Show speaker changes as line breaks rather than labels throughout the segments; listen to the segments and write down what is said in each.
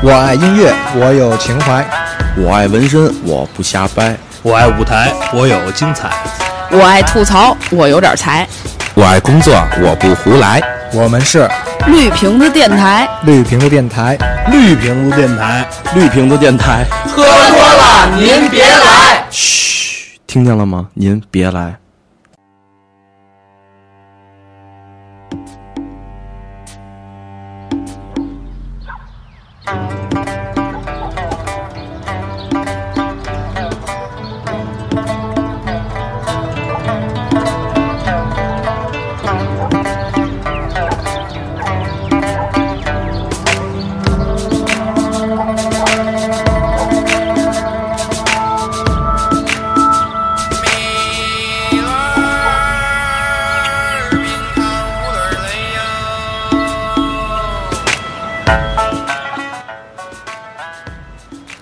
我爱音乐，我有情怀；
我爱纹身，我不瞎掰；
我爱舞台，我有精彩；
我爱吐槽，我有点才；
我爱工作，我不胡来。
我们是
绿瓶子电台，
绿瓶子电台，
绿瓶子电台，
绿瓶子电台。
喝多了您别来。
嘘，听见了吗？您别来。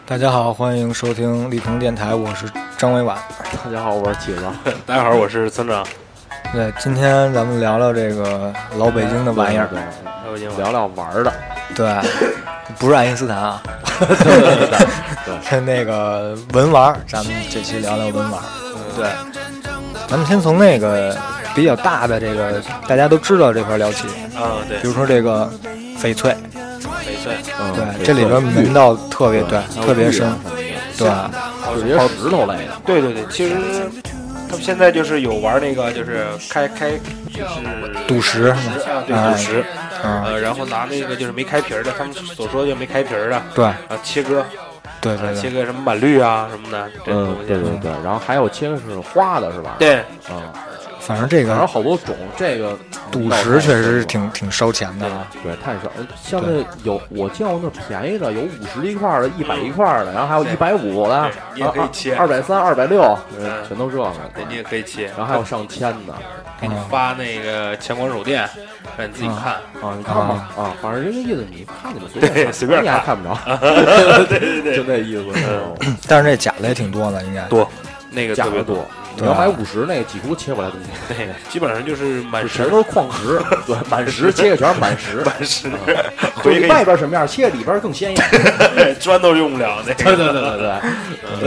大家好，欢迎收听绿瓶电台，我是张伟婉。
大家好，我是铁子。 大家好，我是村长。
对，今天咱们聊聊这个老北京的玩意儿。
来北京玩
聊聊玩儿的，
对，不是爱因斯坦啊，是 那个文玩儿。咱们这期聊聊文玩儿。
嗯
对，咱们先从那个比较大的这个大家都知道这块儿聊起，
啊，对
比，如说这个翡翠，
翡翠，
嗯
对，这里边门道特别对，特别深，对，
有些石头类的，
对对对，其实他们现在就是有玩那个，就是开开就是
赌石
啊，对
哎
赌石，
啊
嗯，
呃，然后拿那个就是没开皮儿的，他们所说的就没开皮儿的
对，
啊，切割，
对
啊
对
切
对，
割什么满绿啊什么的这种
嗯
东，西，
对对对。然后还有切的是花的，是吧？，
对
嗯，
反正这
反正
个
好多种，这个
赌石确实是挺挺烧钱的了，
嗯
对，太少。像那有我见过那便宜的，有五十一块儿的，一百一块儿的，然后还有一百五的
对，你也可以切
二百三、二百六
嗯，
全都这个。
对，你也可以切，
然后还有上千的
给你发那个强光手电，让你自己看，
啊，你看吧啊，反正就那意思，你看你们随
对
便
随便
你还
看
看不着，对对对，就那意思。
嗯
但是这假的也挺多的，应该
多那个
价
特别
格
多
多，，你要买五十那个几乎切不来东西，
对，基本上就是满
就
石
全都是矿 石，对，满石切个全是满石，
满石，
就
回
是
去给
嗯外边什么样切里边更鲜艳。
你 砖都用不了那
对
个，
对对对对，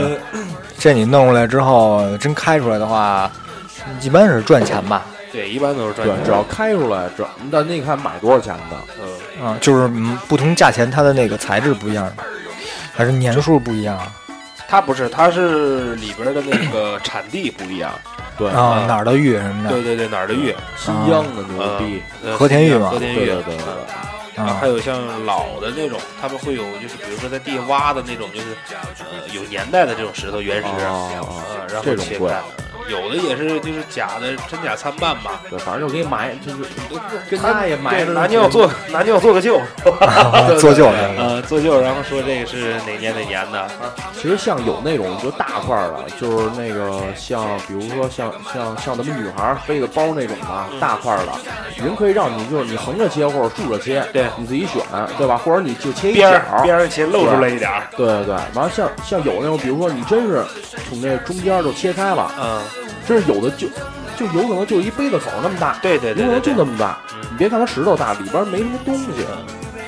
这你弄过来之后，真开出来的话，一般是赚钱吧，
对，一般都是砖
对，只要开出来，只要但那个看买多少钱的，
嗯，
啊，就是嗯不同价钱它的那个材质不一样，还是年数不一样啊
它不是，它是里边的那个产地不一样。
对，
啊，哪儿的玉什么
嗯
对
的
对对，哪儿的玉？
新疆的牛逼，
呃
和田玉嘛
和田
对嗯
玉。
对对对对。
然后
啊
还， 有像老的那种，他们会有就是比如说在地下挖的那种，就是呃有年代的这种石头原石，
哦哦
呃，然后
这种
切
贵
开。有的也是就是假的，真假参半吧。
对，反正就给你埋，就是跟家也埋着
对拿尿做拿尿做个旧，
啊
做旧这个，
呃，做旧，然后说这个是哪年哪年的，
其实像有那种就大块儿的，就是那个像，比如说像像像咱们女孩儿背个包那种的，大块儿的，人可以让你就是你横着切或者竖着切，
对
你自己选，对吧？或者你就切一角
边儿
儿，
边儿切露出来一点儿，
对对对。完了像像有那种，比如说你真是从那中间儿就切开了，
嗯，
真是有的就就有可能就一杯子口那么大，
对对对嗯
有可
对
能就
对
那。么大。你别看它石头大，里边儿没什么东西。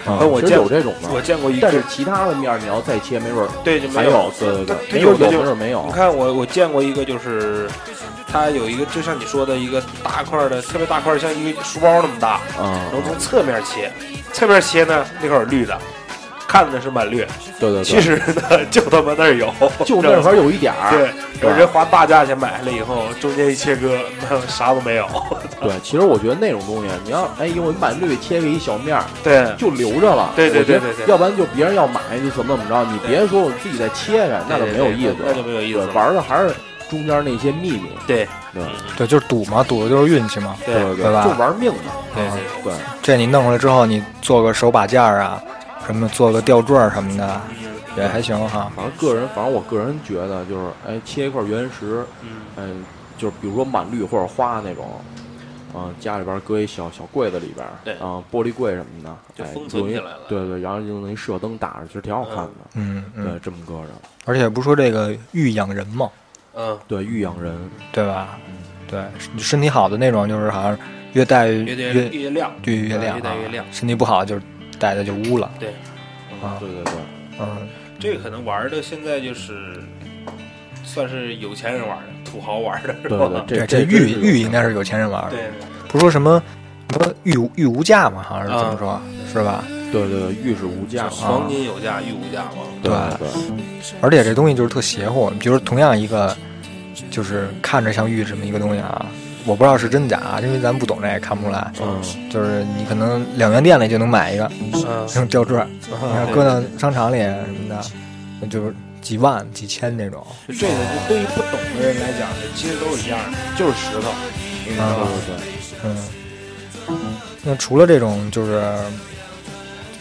啊
哎我
其实
见
有这种的，
我见过一
但
个
是其他的面儿你要再切，没准儿
对，就没
还有，对对对，
它
没
有
准
的
儿
就
有，没准儿没有
你。看我我见过一个，就是它有一个，就像你说的一个大块儿的，特别大块儿，像一个书包那么大，
啊
然后从侧面切，侧面切呢那块儿绿的，看着是满绿，
对对
其
对，
实呢就他妈那儿有，
就那会
块
儿有一点儿。
对，
对
有人花大价钱买下来以后，中间一切割，那 啥都没有。
对，其实我觉得那种东西，你要哎，因为我满绿切个一小面儿，
对，
就留着了。
对对
我觉得
对对对
要不然就别人要买就怎么怎么着，你别说我自己再切开，那就没有意思了，
那就没有意思了
对玩儿的还是中间那些秘密，
对
对
对，就是赌嘛，赌的就是运气嘛。
嗯对
对
对吧
就玩命嘛。
对
啊
对，
对，
这你弄回来之后，你做个手把件儿啊，什么做个吊坠儿什么的，
嗯
也还行哈。
反正个人，反正我个人觉得就是，哎，切一块原石，
嗯，
哎，就是比如说满绿或者花那种。嗯，家里边儿搁一小小柜子里边儿，
对
啊，玻璃柜什么的，
就
哎
封存
用一
起来了
对对，然后用那射灯打着，其实挺好看的。
嗯嗯，
对，这么搁着，
而且不是说这个玉养人嘛，
嗯，
对，玉养人，
对吧？对，身体好的那种，就是好像越戴越
越越
越
越亮，
对越亮、啊，
越戴越亮。
身体不好就是戴的就污了。
对，
啊
对 对对，
嗯，
这个可能玩的现在就是算是有钱人玩的，土豪玩的，是
对对
吧？
对，
这
这
玉玉应
那
该是有钱人玩的，
对，
不说什么什么玉无玉无价嘛，好像是怎么说，是吧？
对对对，玉是无价嘛，
黄金有价，玉无价嘛。
对
对
对，
而且这东西就是特邪乎，比如同样一个，就是看着像玉这么一个东西啊，我不知道是真假啊，因为咱们不懂这也看不出来。
嗯，
就是你可能两元店里就能买一个
嗯
那种吊坠儿，你要搁到商场里什么的，那就是几万几千那种。
就这个，就对于不懂的人来讲，这其实都是一样的，就是石头。你知道吧？
对对
嗯，那除了这种就是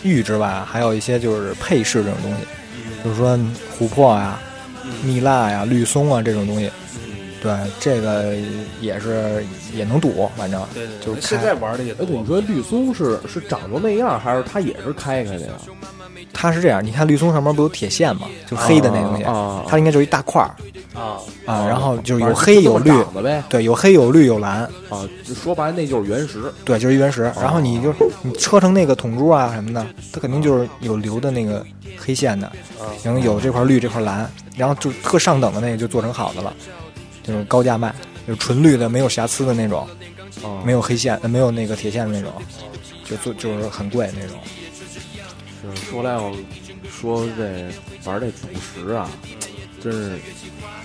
玉之外，还有一些就是配饰这种东西，比如说琥珀呀、蜜蜡呀、绿松啊这种东西。对，这个也是也能赌，反正
对对
就
对，
是
现在玩的也
哎，对，
多
你。说绿松是是长成那样，还是它也是开开的呀？
它是这样。你看绿松上面不有铁线吗？就黑的那东西，
啊啊啊
它应该就是一大块儿
啊，
啊，然后就是有
反正
黑有
就这
绿
么，长的呗，
对，有黑有绿有蓝，
啊，就说白了那就是原石，
对，就是一原石。然后你就你车成那个桶珠啊什么的，它肯定就是有留的那个黑线的，然后有这块绿这块蓝，然后就特上等的那个就做成好的了，就是高价卖，就是纯绿的没有瑕疵的那种，
啊
没有黑线，呃没有那个铁线的那种，就做就是很贵那种。
是说来我说这玩这赌石啊，真是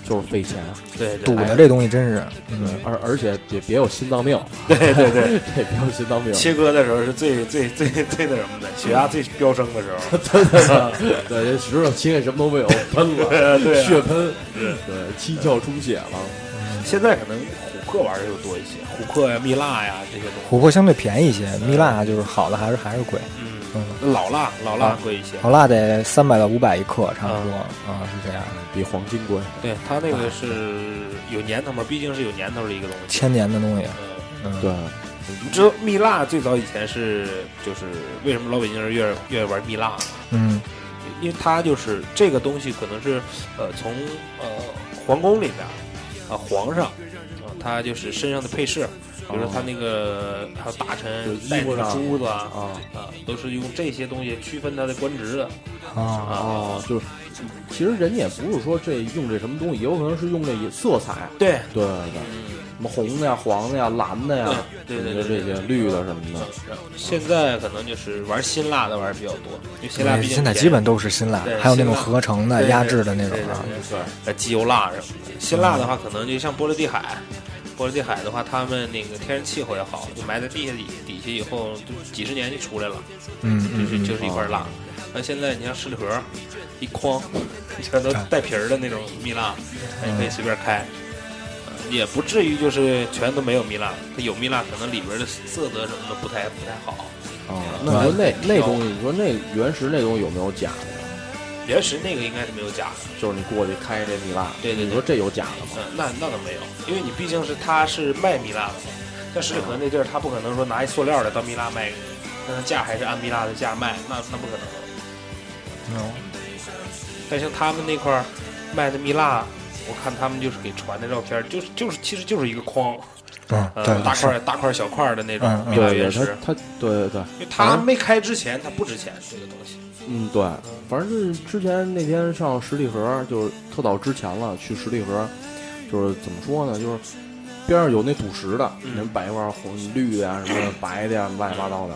就是费钱，
对对
赌
对，
的这东西真是，嗯，
而而且也别有心脏病，
对对对。
这别有心脏病。
切割的时候是最最最最那什么的，血压最飙升的时候。
对，这石头切开什么都没有，喷了，
对啊
血喷，对，七窍出血了。
现在可能琥珀玩的就多一些，琥珀呀、蜜蜡呀这些东西。
琥珀相对便宜一些，蜜蜡啊就是好的还是还是贵，
嗯，老蜡老蜡贵一些。
好蜡得三百到五百一克差不多啊，是这样，
比黄金贵，
对，它那个是有年头嘛，毕竟是有年头的一个东西。
千年的东西，
嗯
嗯，
对，
你知道蜜蜡最早以前是就是为什么老北京人愿意愿意玩蜜蜡吗？
嗯
因为它就是这个东西，可能是呃从呃皇宫里面啊、皇上啊，他就是身上的配饰，比如说他那个还有大臣
就
戴
衣服
那个
上
珠子啊
啊
啊，都是用这些东西区分他的官职的
啊。
啊。
啊，就是其实人也不是说这用这什么东西，也有可能是用这色彩，啊
对，
对对对，什么红的呀、黄的呀、蓝的呀，
对对
就
对
这些绿的什么的。
嗯现在可能就是玩辛辣的玩比较多，因为辛辣
对，
毕竟
现在
便宜
基本都是辛辣
对，
还有那种
辛辣
合成的、
对
压制的那种
对对
啊。
对对呃，机油蜡什么的。辛辣的话，可能就像波罗的海，波罗的海的话，他们那个天然气候也好，就埋在地下底底下以后，就几十年就出来了，
嗯
就
嗯
是
嗯，
就是一块蜡。那现在你像十里河，一筐全都
啊
带皮儿的那种蜜蜡，
嗯
哎你可以随便开。呃也不至于就是全都没有蜜蜡，它有蜜蜡可能里边的色泽什么的不太不太好。
啊，那你说那那东西，你说那原石那东西有没有假的？
原石那个应该是没有假的，
就是你过去开这蜜蜡，
对对对
你说这有假的吗？
嗯，那那倒没有，因为你毕竟是他是卖蜜蜡的，像十
嗯
里河那地儿，他不可能说拿一塑料的当蜜蜡卖给你，那他价还是按蜜蜡的价卖，那那不可能。
嗯
但像他们那块儿卖的蜜蜡，我看他们就是给传的照片，就是就是其实就是一个筐，
嗯，
呃，
对，
大
是
块大块小块的那
嗯
种
嗯
蜜蜡
对对，
原
它
石。
它对对对，
因为它没开之前，它不值钱这个东西。
嗯对，反正就是之前那天上十里河，就是特早之前了，去十里河，就是怎么说呢，就是边上有那赌石的，
嗯
人摆一块红绿的呀、什 么白的呀、乱七八糟的。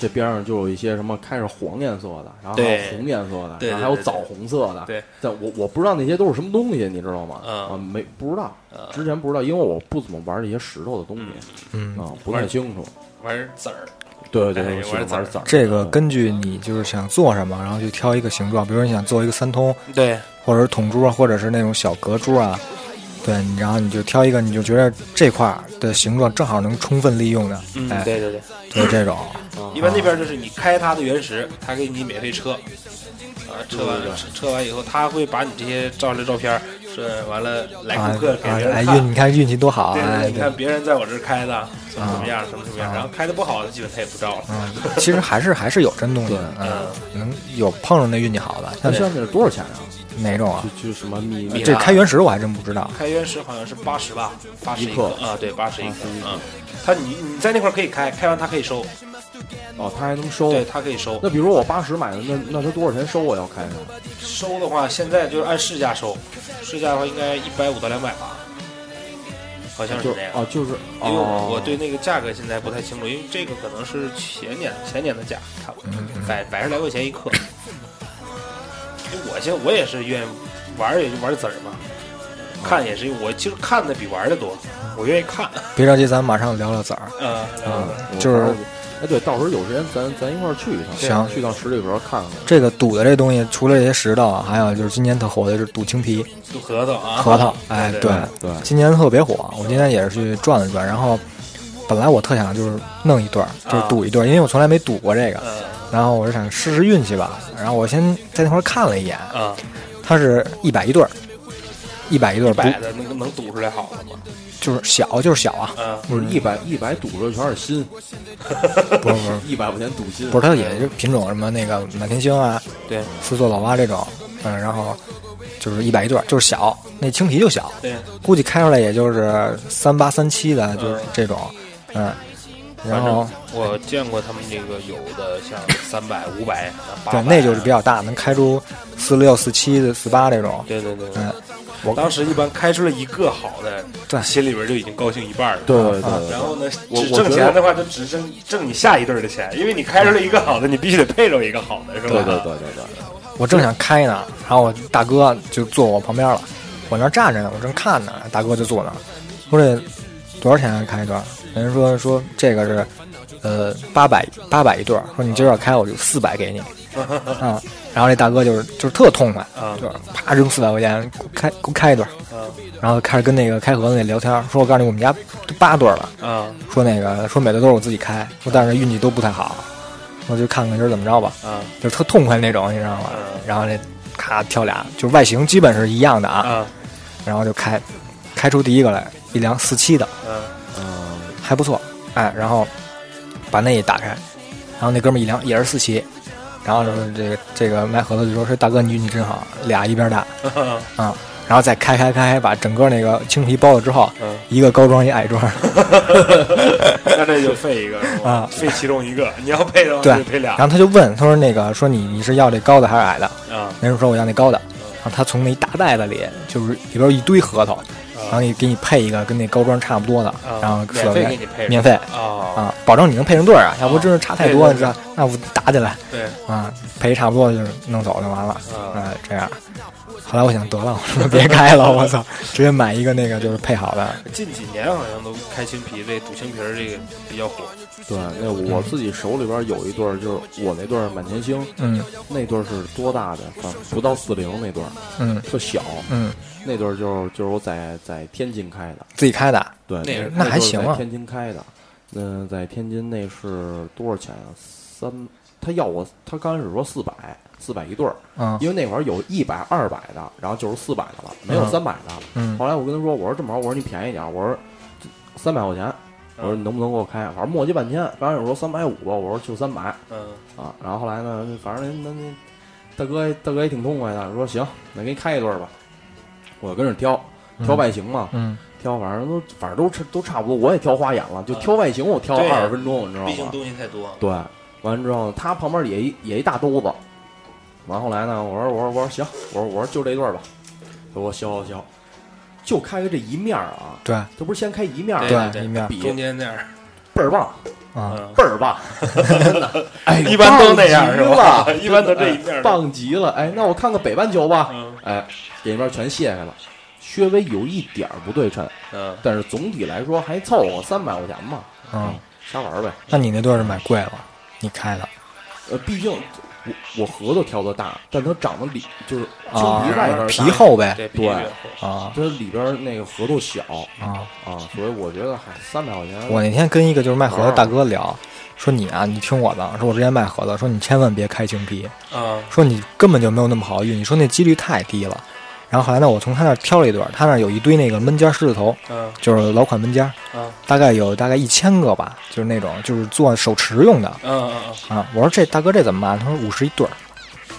这边上就有一些什么开始黄颜色的，然后还有
对
红颜色的，
对对
然后还有
对对
枣红色的。
对，
但我我不知道那些都是什么东西，你知道吗？
嗯
啊，没不知道，
呃，
之前不知道，因为我不怎么玩这些石头的东西
嗯，
啊，不太清楚。
玩籽儿，
对对
哎
对，我喜欢
玩籽
玩
儿
籽儿。
这个根据你就是想做什么，然后去挑一个形状，比如你想做一个三通，
对，
或者是筒珠啊，或者是那种小格珠啊，对，你然后你就挑一个，你就觉得这块儿的形状正好能充分利用的，
嗯，
哎，
对对对。
就是这种，
一般那边就是你开它的原石，它给你免费车，啊，车完车车完以后，他会把你这些照的照片儿，是完了来
啊
顾客给
啊
别
哎
人
运，
看。
你看运气多好
对
啊！
对
哎
对，你看别人在我这儿开的什么什么样，什么什么样，然后开的不好的，基本他也不照了。
嗯，
嗯
其实还是还是有真东西的，嗯，能有碰上那运气好的，像
那像那是多少钱啊？
哪种啊？
就就什么蜜蜜
这
啊
开原石我还真不知道。
开原石好像是八十吧，八十
一
个
克
啊，对，八十一
81，
克嗯，它你你在那块儿可以开，开完它可以收，
哦，他还能收。
对，它可以收
那。比如我八十买的，那那他多少钱收我要开呢？
收的话，现在就是按市价收，市价的话应该一百五到两百吧，好像
就是
这样。
哦，就是
因为
哦，
我对那个价格现在不太清楚，因为这个可能是前年前年的价，差不多
嗯
百百十来块钱一克。因为我现我也是愿意玩儿，也就玩儿籽儿嘛，看也是我其实看的比玩儿的多，我愿意看。
别着急，咱马上聊聊籽儿。
呃，
嗯我
就是
到时候哎，对，到时候有时间咱咱一块儿去一趟，
行
去趟十里河看看。
这个赌的这东西，除了这些石头啊，还有就是今年特火的就是赌青皮、
就核桃啊，
核桃。哎，
对
对，
对，
今年特别火。我今天也是去转了转，然后本来我特想就是弄一对儿，就是赌一对儿，因为我从来没赌过这个。
呃
然后我就想试试运气吧。然后我先在那块儿看了一眼，
啊，
它是一百一对儿，一百一对儿不
摆的那个能赌出来好的吗？
就是小就是小啊，
啊，
不是一百一百赌着全是心，
不是不是
一百块钱赌心。
嗯不是，它也是品种什么那个满天星啊，
对
四座老蛙这种，嗯，然后就是一百一对儿，就是小，那青皮就小，
对，
估计开出来也就是三八三七的，就是这种，嗯，然后
我见过他们这个有的像三百、五百、八
对，
百，
那就是比较大，能开出四六、四七的、四八这种，
对对对。对
哎
嗯，
我当时一般开出来一个好的，
对
心里边就已经高兴一半了。
对对对
嗯
然后呢，
我我
只
觉
挣
得
钱的话，就只挣挣你下一对儿的钱，因为你开出来一个好的，你必须得配着一个好的，是吧？
对对对对对。
我正想开呢，然后我大哥就坐我旁边了，我那儿站着呢，我正看呢，大哥就坐那儿，我说这多少钱啊开一对儿？人家说说这个是，呃，八百八百一对儿，说你今儿要开我就四百给你，啊、然后这大哥就是就是特痛快，
啊
就是啪扔四百块钱，给我开给我开一对儿，然后开始跟那个开盒子那聊天儿，说我告诉你我们家都八对儿了，
啊
说那个说每对都是我自己开，说但是运气都不太好，我就看看今儿怎么着吧。
啊
就是特痛快那种，你知道吗
嗯？
然后这咔挑俩，就是外形基本是一样的啊，
啊
然后就开，开出第一个来，一辆四七的，
啊！
还不错，哎，然后把那一打开，然后那哥们儿一量也是四七，然后就是这个这个卖盒子就说说大哥你运气真好，俩一边 大
啊
啊、然后再开开开，把整个那个青皮包了之后，
嗯
一个高装一矮 装，
那这就废一个是吧
啊
废其中一个，你要配的话
对
就配俩
啊
然后他就问他说那个说你你是要这高的还是矮的？
啊
那人说我要那高的，然后他从那一大袋子里，就是里边有一堆核桃，然后你给你配一个跟那高庄差不多的，
啊！
然后
免
说
费给你配
免费
啊，
啊，保证你能配成对儿啊，要不真是差太多了，
对对对
这那我打起来
对
啊，配差不多就是弄走就完了，
啊
啊，这样。后来我想得了，我说别开了，我 操，直接买一个那个就是配好的，
近几年好像都开青皮这赌青皮儿这个比较火，
对，那我自己手里边有一对儿，就是我那对儿满天星，
嗯
那对儿是多大的？反正不到四零那对儿，
嗯
特小。
嗯，
那对儿就是就是我在在天津开的，
自己开的，
对，
那
那
那
还行啊
那对儿在天津开的，嗯，在天津那是多少钱啊？三，他要我，他刚开始说四百，四百一对儿，
嗯
因为那会儿有一百、二百的，然后就是四百的了，没有
嗯
三百的。
嗯
后来我跟他说，我说这么着，我说你便宜点儿，我说三百块钱，我说你能不能给我开？啊反正磨叽半天，刚开始说三百五吧，我说就三百
嗯
啊。然后后来呢，反正那那那大哥大哥也挺痛快的，说行，那给你开一对儿吧。我跟着挑挑外形嘛，
嗯
挑反正都反正都差都差不多，我也挑花眼了，就挑外形我挑了
对啊
二十分钟，你知道啊
毕竟
吗？
东西太多，
对，完之后他旁边也一也一大兜子，完后来呢，我说我说我说行，我说我说就这对儿吧，我说行行行，就开个这一面儿啊，
对
这不是先开一面儿吗
对对
对，一面
比
中间那样，
倍儿棒
啊，
嗯，
倍儿棒，哎，
一般 都那样是吧
棒极了
一般都这一面儿
哎棒极了，哎，那我看看北半球吧，
嗯
哎，这边全卸开了，稍微有一点儿不对称，
嗯，
但是总体来说还凑合，三百块钱吧，
嗯，
瞎玩儿呗。
那你那对儿是买贵了，你开的，
呃，毕竟我我核桃挑的大，但它长得里就是青
啊
皮外边儿大
皮，厚呗，
对
对
啊
它里边儿那个核桃小
嗯
啊。
啊，所以我觉得还三百块钱，
我那天跟一个就是卖盒子大哥聊，说你啊，你听我的，说我之前卖盒子，说你千万别开青皮，
啊
说你根本就没有那么好运，你说那几率太低了。然后后来呢，我从他那儿挑了一对儿，他那儿有一堆那个闷尖儿狮子头，
嗯
就是老款闷尖儿，
嗯
大概有大概一千个吧，就是那种就是做手持用的
嗯嗯
啊。我说这大哥这怎么办？他说五十一对儿，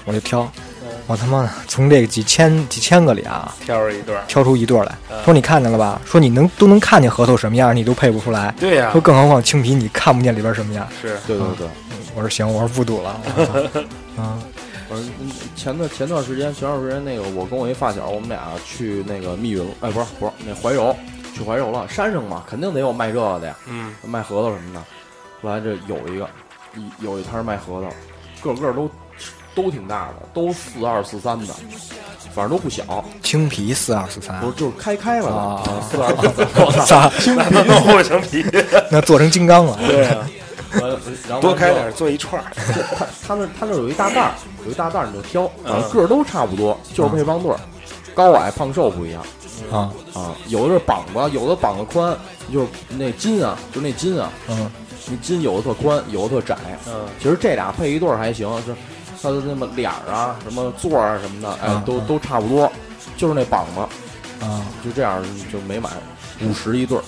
我就挑。
嗯，
我他妈从这几千几千个里啊
挑着一对儿，
挑出一对儿来
嗯，
说你看见了吧？说你能都能看见核桃什么样，你都配不出来。
对
啊
呀
说，更何况青皮你看不见里边什么样。
是
对对对，
我说行，我说不赌了。我 操嗯，
我说嗯前段前段时间前段时间那个我跟我一发小，我们俩去那个密云，哎不是不是那怀柔，去怀柔了，山上嘛肯定得有卖这个的呀，
嗯，
卖核桃什么的。后来这有一个，一有一摊儿卖核桃，个个都都挺大的，都四二四三的，反正都不小，
青皮四二四三
不，是就是开开了
啊
的，四二四三。
我操，
那能弄护城皮，
那做成金刚了。
对啊，
呃然后
多开点儿做一串儿，
他他那他那有一大袋儿，有一大袋儿你就挑，
嗯
反正个儿都差不多，就是配方对儿，高矮胖瘦不一样
啊
啊。有的是膀子，有的膀子宽，就是那筋啊，就那筋啊，
嗯，
那筋有的特宽，有的特窄。
嗯，
其实这俩配一对儿还行，就是它的那么脸儿啊、什么座儿啊什么的，哎
嗯，
都
嗯
都差不多，就是那膀子，
啊
就这样就没买，五十一对儿，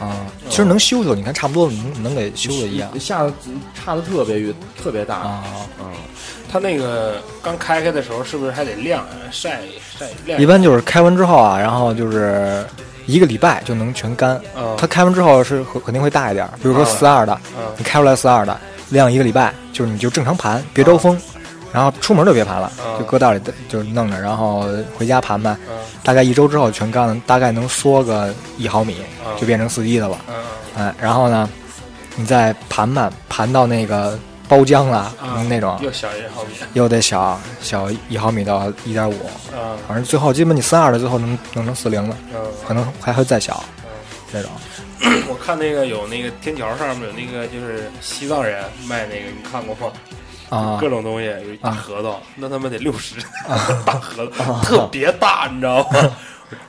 啊！其实能修修，你看差不多能能给修的一样
下的差的特别远，特别大，
啊。
嗯，
它那个刚开开的时候是不是还得晾啊晒晒 晾？
一般就是开完之后啊，然后就是一个礼拜就能全干。
嗯
它开完之后是和肯定会大一点儿，比如说四二的，
嗯
你开出来四二的，晾一个礼拜，就是你就正常盘，别招风，然后出门就别盘了，
嗯
就搁袋里就弄着，然后回家盘呗。
嗯
大概一周之后全干了，大概能缩个一毫米，
嗯
就变成四一的了。
嗯
哎，然后呢，你再盘盘，盘到那个包浆了、
嗯
那种，
又小一毫米，
又得小小一毫米到一点五，
嗯
反正最后基本你三二的最后能弄成四零了，
嗯。
可能还会再小这种。
我看那个有那个天桥上面有那个就是西藏人卖那个，你看过吗？
啊
各种东西有一大
啊
核桃，那他妈得六十，
啊
大核桃特别大，你知道吗？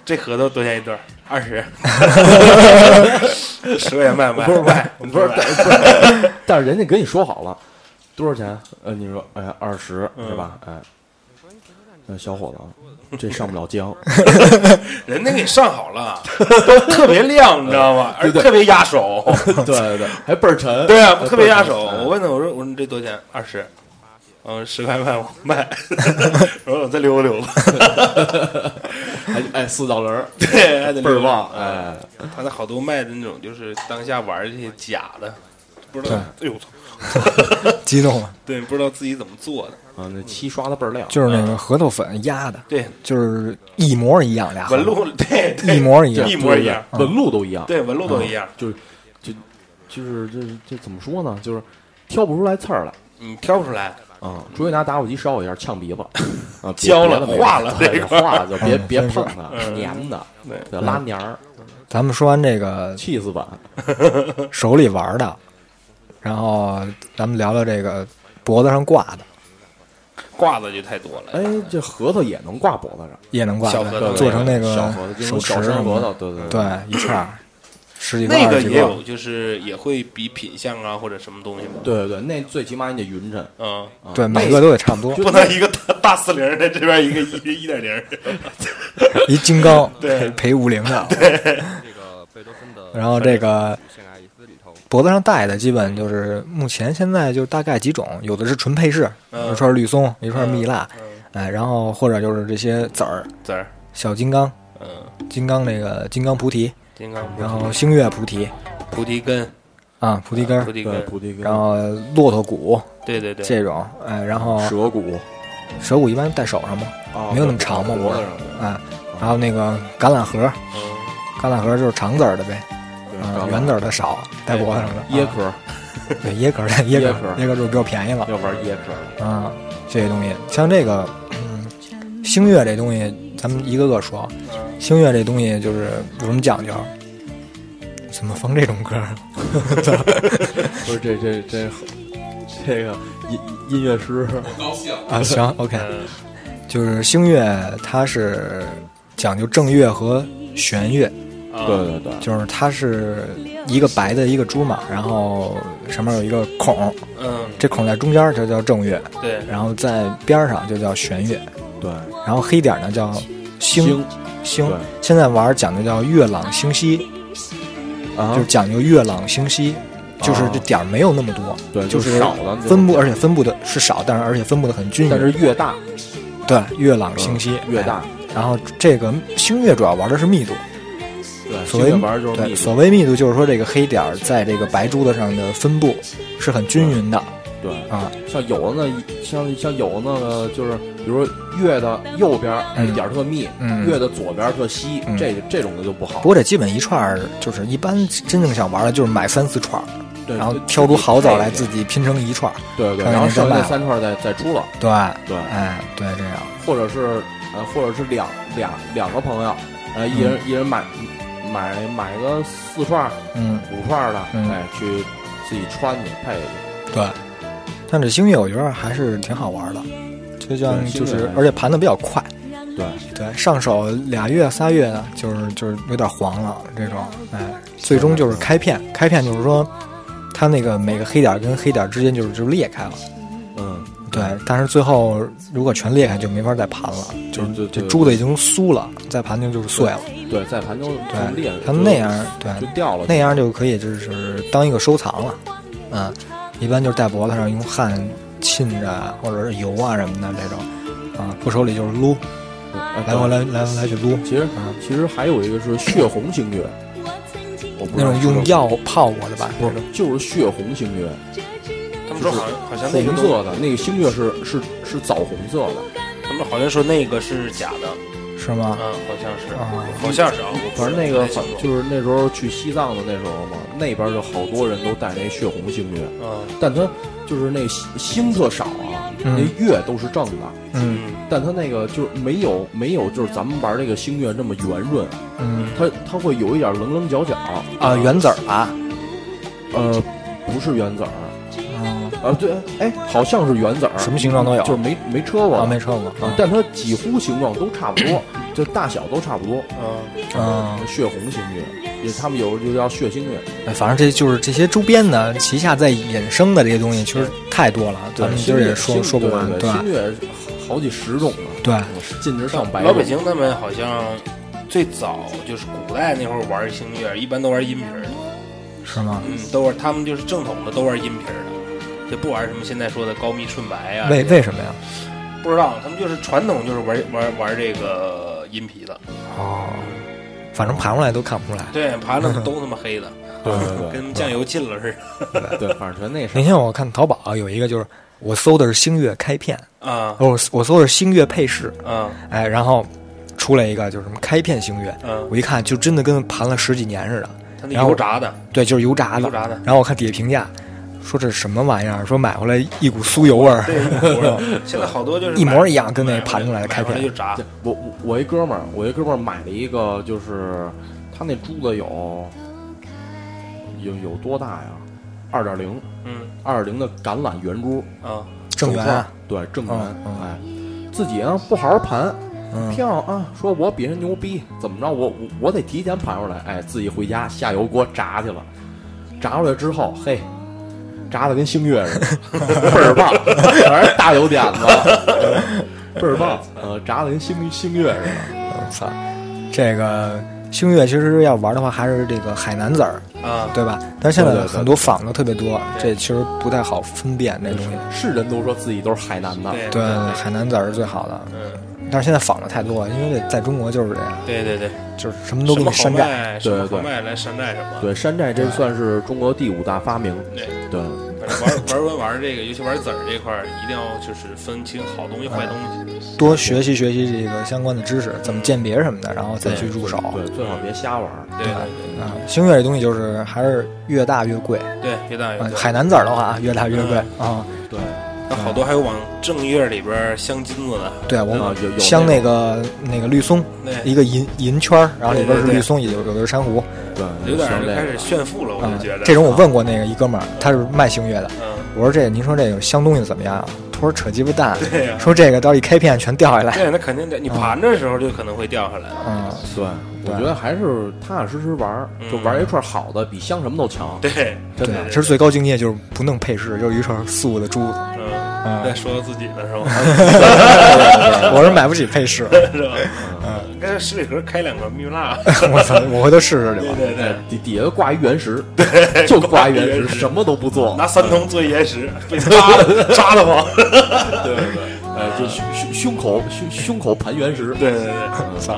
这核桃多少钱一对儿？二 十，十块钱卖不卖？
不是
卖，
不是，但不是，但是人家跟你说好了，多少钱？呃，你说，哎，二十
嗯
是吧？哎，那小伙子，啊这上不了 浆，
人家给上好了，都特别亮，你知 道吗？而且特别压手，
对对对，还倍儿沉，
对啊，
还
特别压
倍
手。
儿沉
我问他，我说我说你这多少钱？二十。嗯，十块卖吗？卖。 我说我再溜 达溜达，
哎哎，四道轮儿，
对，还得
倍
溜
儿
达
棒，。哎，
他那好多卖的那种，就是当下玩儿这些假的，不知道，哎呦我操，
激动了，
对，不知道自己怎么做的，
啊，那漆刷的倍儿亮，
就是那个核桃粉压的，
对，
就是一模一样俩核
纹
桃。
路对，对
一模一样
一
对
模
对
一样，
对纹路都一样，
对，纹路都一样，
就是就就是这这怎么说呢？就是挑不出来刺儿来。
你挑不出来，
啊，除非拿打火机烧一下，呛鼻子，啊，别
焦
别
了
的没
化
有
了
对
这块儿
化了就别
嗯
别
真是
碰它，
嗯
粘的，
对
对，拉黏儿，
咱们说完这个
气死版，
手里玩的，然后咱们聊聊这个脖子上挂的，
挂的就太多了。
哎，这核桃也能挂脖子上，
也能挂
小
的
核桃
做成那
小
个
核
手
桃，就是
持
小
什
生
么
核
的
桃，对对对，
对，一串儿十几个、
那
二
个
十几
也
哎个
有，就是也会比品相啊或者什么东西嘛，
对对对，那最起码你得匀称，
嗯，
对，每个都得差不多，
不能一个大大四零在这边一个一一点零，
一金刚
对
赔赔五零的。然后这个脖子上戴的，基本就是目前现在就大概几种，有的是纯配饰，
嗯
一串绿松，一串蜜蜡，
嗯
哎，然后或者就是这些籽儿，
籽儿，
小金刚、
嗯，
金刚那个金刚菩提，
金刚
然后星月菩提
菩提根，
啊，菩提根
嗯菩
儿，
提
对
根，
菩提根
然，后骆驼骨
对对对，
这种，哎，然后
蛇骨，
蛇骨一般戴手上嘛，
啊
没有那么长嘛，
脖
脖
子
子
上
上，哎，然后那个橄榄核，
嗯
橄榄核就是长籽儿的呗，
对
啊，
干
圆
嘛
籽儿的少，戴脖子上的
椰
啊
壳，
对椰壳儿， 椰
椰
壳
壳
儿
儿
椰壳儿就是比较便宜了
要玩椰 壳，
啊。这些东西，像这个，嗯，星月这东西，咱们一个个说。啊星月这东西就是有什么讲究？啊怎么放这种歌儿？啊
不是这这这这个音音乐师，
啊，行，OK，就是
嗯
星月，它是讲究正月和弦月，
啊
对对对，
就是它是一个白的一个珠嘛，然后上面有一个孔，
嗯，
这孔在中间儿就叫正月，
对，
然后在边儿上就叫弦月，
对
然后黑点儿呢叫星星
对。
现在玩儿讲究叫月朗星稀，
啊
就是，讲究月朗星稀，就是
啊
这点儿没有那么多，
对
就
就是
是
少了那种
分布，而且分布的是少，但是而且分布的很均匀。
但是越大
对，越朗清晰，
呃越大
哎。然后这个星月主要玩的是密度，
对，
所
新
谓
月玩就是
对
密度，
所谓密度就是说这个黑点儿在这个白珠子上的分布是很均匀的
对，
啊，
像有的呢，像像有的那个就是，比如说月的右边儿哎
嗯
点儿特密，
嗯
月的左边儿特稀，
嗯
这这种的就不好。
不过这基本一串儿就是一般真正想玩的就是买三四串儿，
对，
然后
对
挑出好枣来自，
这
己拼成一串儿，
对对，
看看
然后
人家
剩下
卖
那
了
三串儿再再出了，
对，
对，
哎，对，这样，
或者是呃，或者是两两两个朋友，呃，一人一人买买买个四串儿
嗯，
五串儿的，
嗯
哎，去自己穿去配去，
对。但这星月我觉得还是挺好玩的，就像
对
就
星月
是
还，是
而且盘的比较快，
对，
对，上手俩月仨月的，就是就是有点黄了这种，哎，最终就是开片，开片就是说，它那个每个黑点跟黑点之间就是就裂开了，
嗯，
对，但是最后如果全裂开就没法再盘了，就是
对对
这
对
珠子已经酥了，再盘就就是碎了，
对，在盘中就
对
裂了，，
它
就
那样对
就掉了，
那样就可以就是当一个收藏了，嗯，一般就是戴脖子上用汗浸着啊或者是油啊什么的这种，啊，不手里就是撸，
哎
来回来来回来去撸，
其实
嗯
其实还有一个是血红星月，我不
那
知道
种用药泡过的吧？
不是就是血红星月，
他们说好像好像那个
红
东西，
色的那个星月是是是枣红色的，
他们好像说那个是假的，
是吗
嗯，？好像是，
啊
好像是啊，我
反正那个
好
好就是那时候去西藏的那时候嘛，那边就好多人都戴那血红星月，
嗯
但它就是那星星特少啊，
嗯
那月都是正的，
嗯
嗯，
但它那个就是没有没有就是咱们玩这个星月这么圆润，
嗯
它它会有一点棱棱角角
啊，原子儿吧？
呃，不是原子儿。
嗯，
啊，对，哎，好像是原子儿，
什么形状都有
就是没没车过
啊，没抽过
啊，但它几乎形状都差不多，就大小都差不多。
嗯，
啊，
血红星月，也他们有就叫血星月，
哎反正这就是这些周边的旗下在衍生的这些东西，其实太多了，咱们今
星
儿
月
也说
星
说不完，
对
对哎
星月好几十种呢，
对，
近至上百种。
老北京他们好像最早就是古代那会儿玩星月，一般都玩音瓶儿，
是吗？
嗯，都玩他们就是正统的都玩音瓶儿的，就不玩什么现在说的高密顺白啊，
为为什么呀？
不知道他们就是传统就是玩玩玩这个音皮的，
哦，反正盘出来都看不出来。
对，盘子都他妈黑 的，
对 对对
跟酱油浸了似的
对对，反正全那
那
是。
天我看淘宝啊有一个，就是我搜的是星月开片，
啊
我我搜的是星月配饰，
啊
哎，然后出来一个就是什么开片星月，
嗯
我一看就真的跟盘了十几年似的，
他那
然后
油炸 的，
对，就是油炸的。
油炸的
然后我看底下评价说这是什么玩意儿，说买回来一股酥油味儿。
对，一模儿现在好多就是
一模一样跟那
个
盘出来的开
开
片
就炸
这，我我我一哥们儿，我一哥们儿买了一个，就是他那珠子有有有多大呀？二点零，
嗯
二点零的橄榄圆珠，
啊，
正
圆
源啊，
对正圆
嗯嗯，
哎，自己呢不好好盘，
嗯，
票啊，说我比人牛逼，怎么着我我我得提前盘出来，哎，自己回家下油锅炸去了，炸出来之后，嘿。炸的跟星月似的，倍儿棒，全是大油点子，倍儿棒。呃，炸的跟星星月似的。
我嗯操，这个星月其实要玩的话，还是这个海南籽儿，
啊，
对吧？但是现
对
在
对对
很多仿的特别多，
对
这其实不太好分辨这东西。
是人都说自己都是海南的，
对
对，海南籽儿是最好的，
嗯，
但是现在仿的太多了，因为这在中国就是这样，
对对对，
就是什么都给你
好
山寨。
卖，什
对
么
对
好卖来山寨什么，
对，山寨这算是中国第五大发明。
对
对，
反正玩玩文玩这个，尤其玩籽儿这块儿，一定要就是分清好东西坏东西。
多学习学习这个相关的知识，怎么鉴别什么的，然后再
对
去入手。
对，最好别瞎玩儿。
对对
啊，星月这东西就是还是越大越贵。
对对，嗯越大越
啊，
贵。
海南籽儿的话，越大越贵啊。
对，
那好多还有往正月里边儿镶金子的，
对，我
啊有有
镶
那
那个那个绿松，一
那
个银银圈儿，然后里边是
哎对对对
绿松，有有的是珊瑚
对，
有点儿
像
就
这
开
个
始炫富了，我
啊
就觉得。。
这种我问过那个一哥们儿，他是卖星月的，
嗯，
我说这您说这个镶东西怎么样啊？他说扯鸡巴蛋，
对呀，
说这个到一开片全掉下来。
对，那肯定的，你盘的时候就可能会掉下来了。
嗯，
对，我觉得还是踏踏实实玩儿，就玩一串好的，比镶什么都强。
对，真
对
的，，
其实最高境界就是不弄配饰，就是一串素的珠子。
嗯，
啊
在，说自己的时候，
我是买不起配饰，
是吧？嗯，跟十里河开两个蜜蜡，
我操，我回头试试去吧。
对对，
底底下挂一原石， 对，就挂一原
挂一原
石，
石
什么都不做。
拿三桶做岩石，被扎的扎的慌。
对对对，哎，这胸胸胸口胸胸口盘圆石，
对对对，
操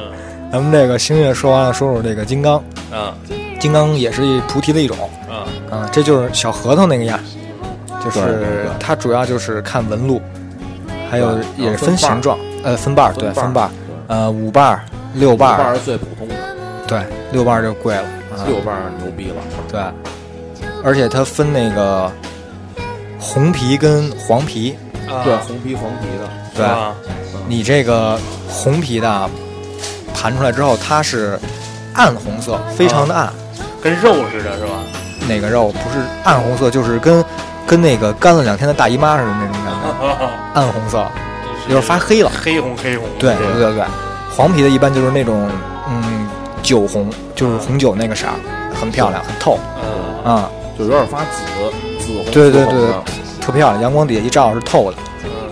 咱们这个星月说完了，说说这个金刚，
嗯
金刚也是一菩提的一种
嗯
啊，这就是小核桃那个样，就
对对
是
对
它主要就是看纹路，还有
对
也是
然后分
分
瓣儿
形状，呃，分瓣儿，对，分
分
瓣
瓣
儿
儿，
呃，五瓣儿、六瓣
瓣
儿，
是最普通的，
对，六瓣儿就贵了，啊，
六瓣儿牛逼了，
对，而且它分那个红皮跟黄皮，
啊
对，红皮黄皮的，
是
对，
吧？
你这个红皮的啊盘出来之后，它是暗红色，非常的暗。
跟肉似的，是吧？
那个肉不是暗红色，就是跟跟那个干了两天的大姨妈似的那种感觉，
啊，
暗红色，有点发黑了。
黑红黑红，
对对对对，黄皮的一般就是那种嗯酒红，就是红酒那个色儿，很漂亮，很透
嗯，
啊、
就有点发紫紫红，
对对
紫红
对
的，
特漂亮。阳光底下一照是透的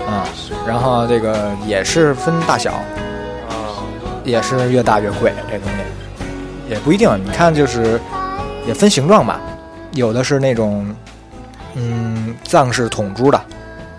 嗯
啊、然后这个也是分大小，
啊，
也是越大越贵，这东西也不一定。你看，就是也分形状吧，有的是那种嗯藏式筒珠的，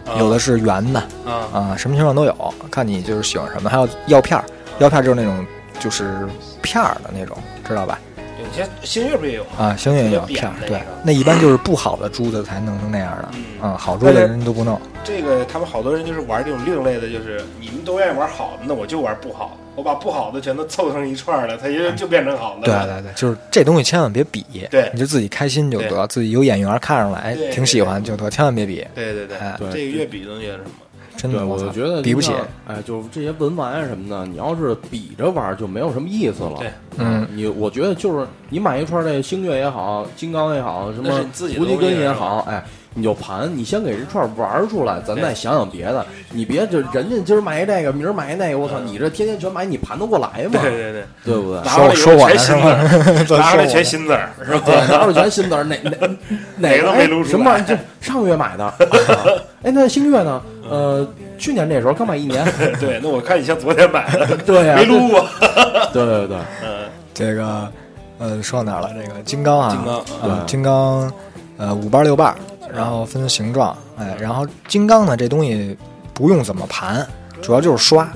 啊
有的是圆的
啊
啊，什么形状都有，看你就是喜欢什么。还有药片儿，药片儿就是那种就是片儿的那种，知道吧？
有些星月不也有吗？
啊，星月也有
特别
片
扁
儿
的，
对
那个，
那一般就是不好的珠子才弄成那样的，
嗯
啊，好珠子
但是
人都不弄。
这个他们好多人就是玩这种另类的，就是你们都愿意玩好的，那我就玩不好的，我把不好的全都凑成一串儿了，它也就变成好的
对
了。
对对，就是这东西千万别比，
对
你就自己开心就
对
得，自己有眼缘看上来，哎
对
挺喜欢就得，千万别比，
对对对
哎
对，这个越比东西什么？
真
对，
的，
我
操
就觉得
比不起
就。像哎，就是这些文玩啊什么的，你要是比着玩儿就没有什么意思了。啊
对，
嗯，
你我觉得就是你买一串这星月也好，金刚也好，什么
那是你自己的
无敌
东
根
西
也
是吧
好，哎，你就盘，你先给这串玩儿出来，咱
对
再想想别的。你别就人家今儿买一这个，明儿买一那个，我操，你这天天全买，你盘得过来吗？
嗯对对对，
对不对？
拿回来
说
以后
我
全新字 儿， 拿回来全新字儿，是吧？
对，拿着全新的，哪哪哪
哪个都
哎
没撸出来
什么玩意儿？这上个月买的， 啊哎，那星月呢？呃，去年这时候刚买 一年，
对，那我看你像昨天买的，
对呀，
没啊撸过。
对对对，
嗯，
这个，呃，说到哪儿了？这个金刚啊，
金刚
呃金刚，呃，五瓣儿六瓣儿，然后分形状，哎，然后金刚呢，这东西不用怎么盘，主要就是刷，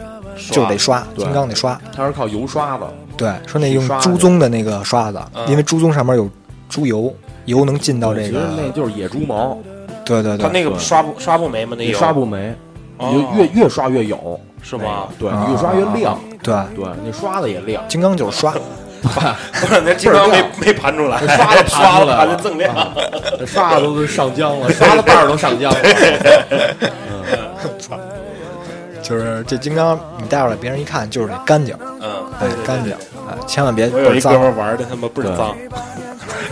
就得刷，
对
金刚得刷，
它是靠油刷的，
对，说那用
刷
猪
去
鬃的那个刷子，
嗯
因为猪鬃上面有猪油，油能进到这
其实那
个，
就是野猪毛，
对对
他
对，
那个刷不刷不没吗？那
你
油
刷不没，
哦
你就越越刷越有，
是吗？
对，
啊
你越刷越亮，
对，
对，你刷的也亮，
金刚就是刷，
不是，那金 刚没没盘出来，
刷的
刷
盘出
了
来
盘的
了
锃亮。
刷的都上浆了，刷的瓣儿都上浆 了，
就是这金刚你带回来，别人一看就是得干净，
嗯，
哎，干净，哎，千万别
我有
倍
一
儿
哥
脏
们。儿玩的他妈倍儿脏，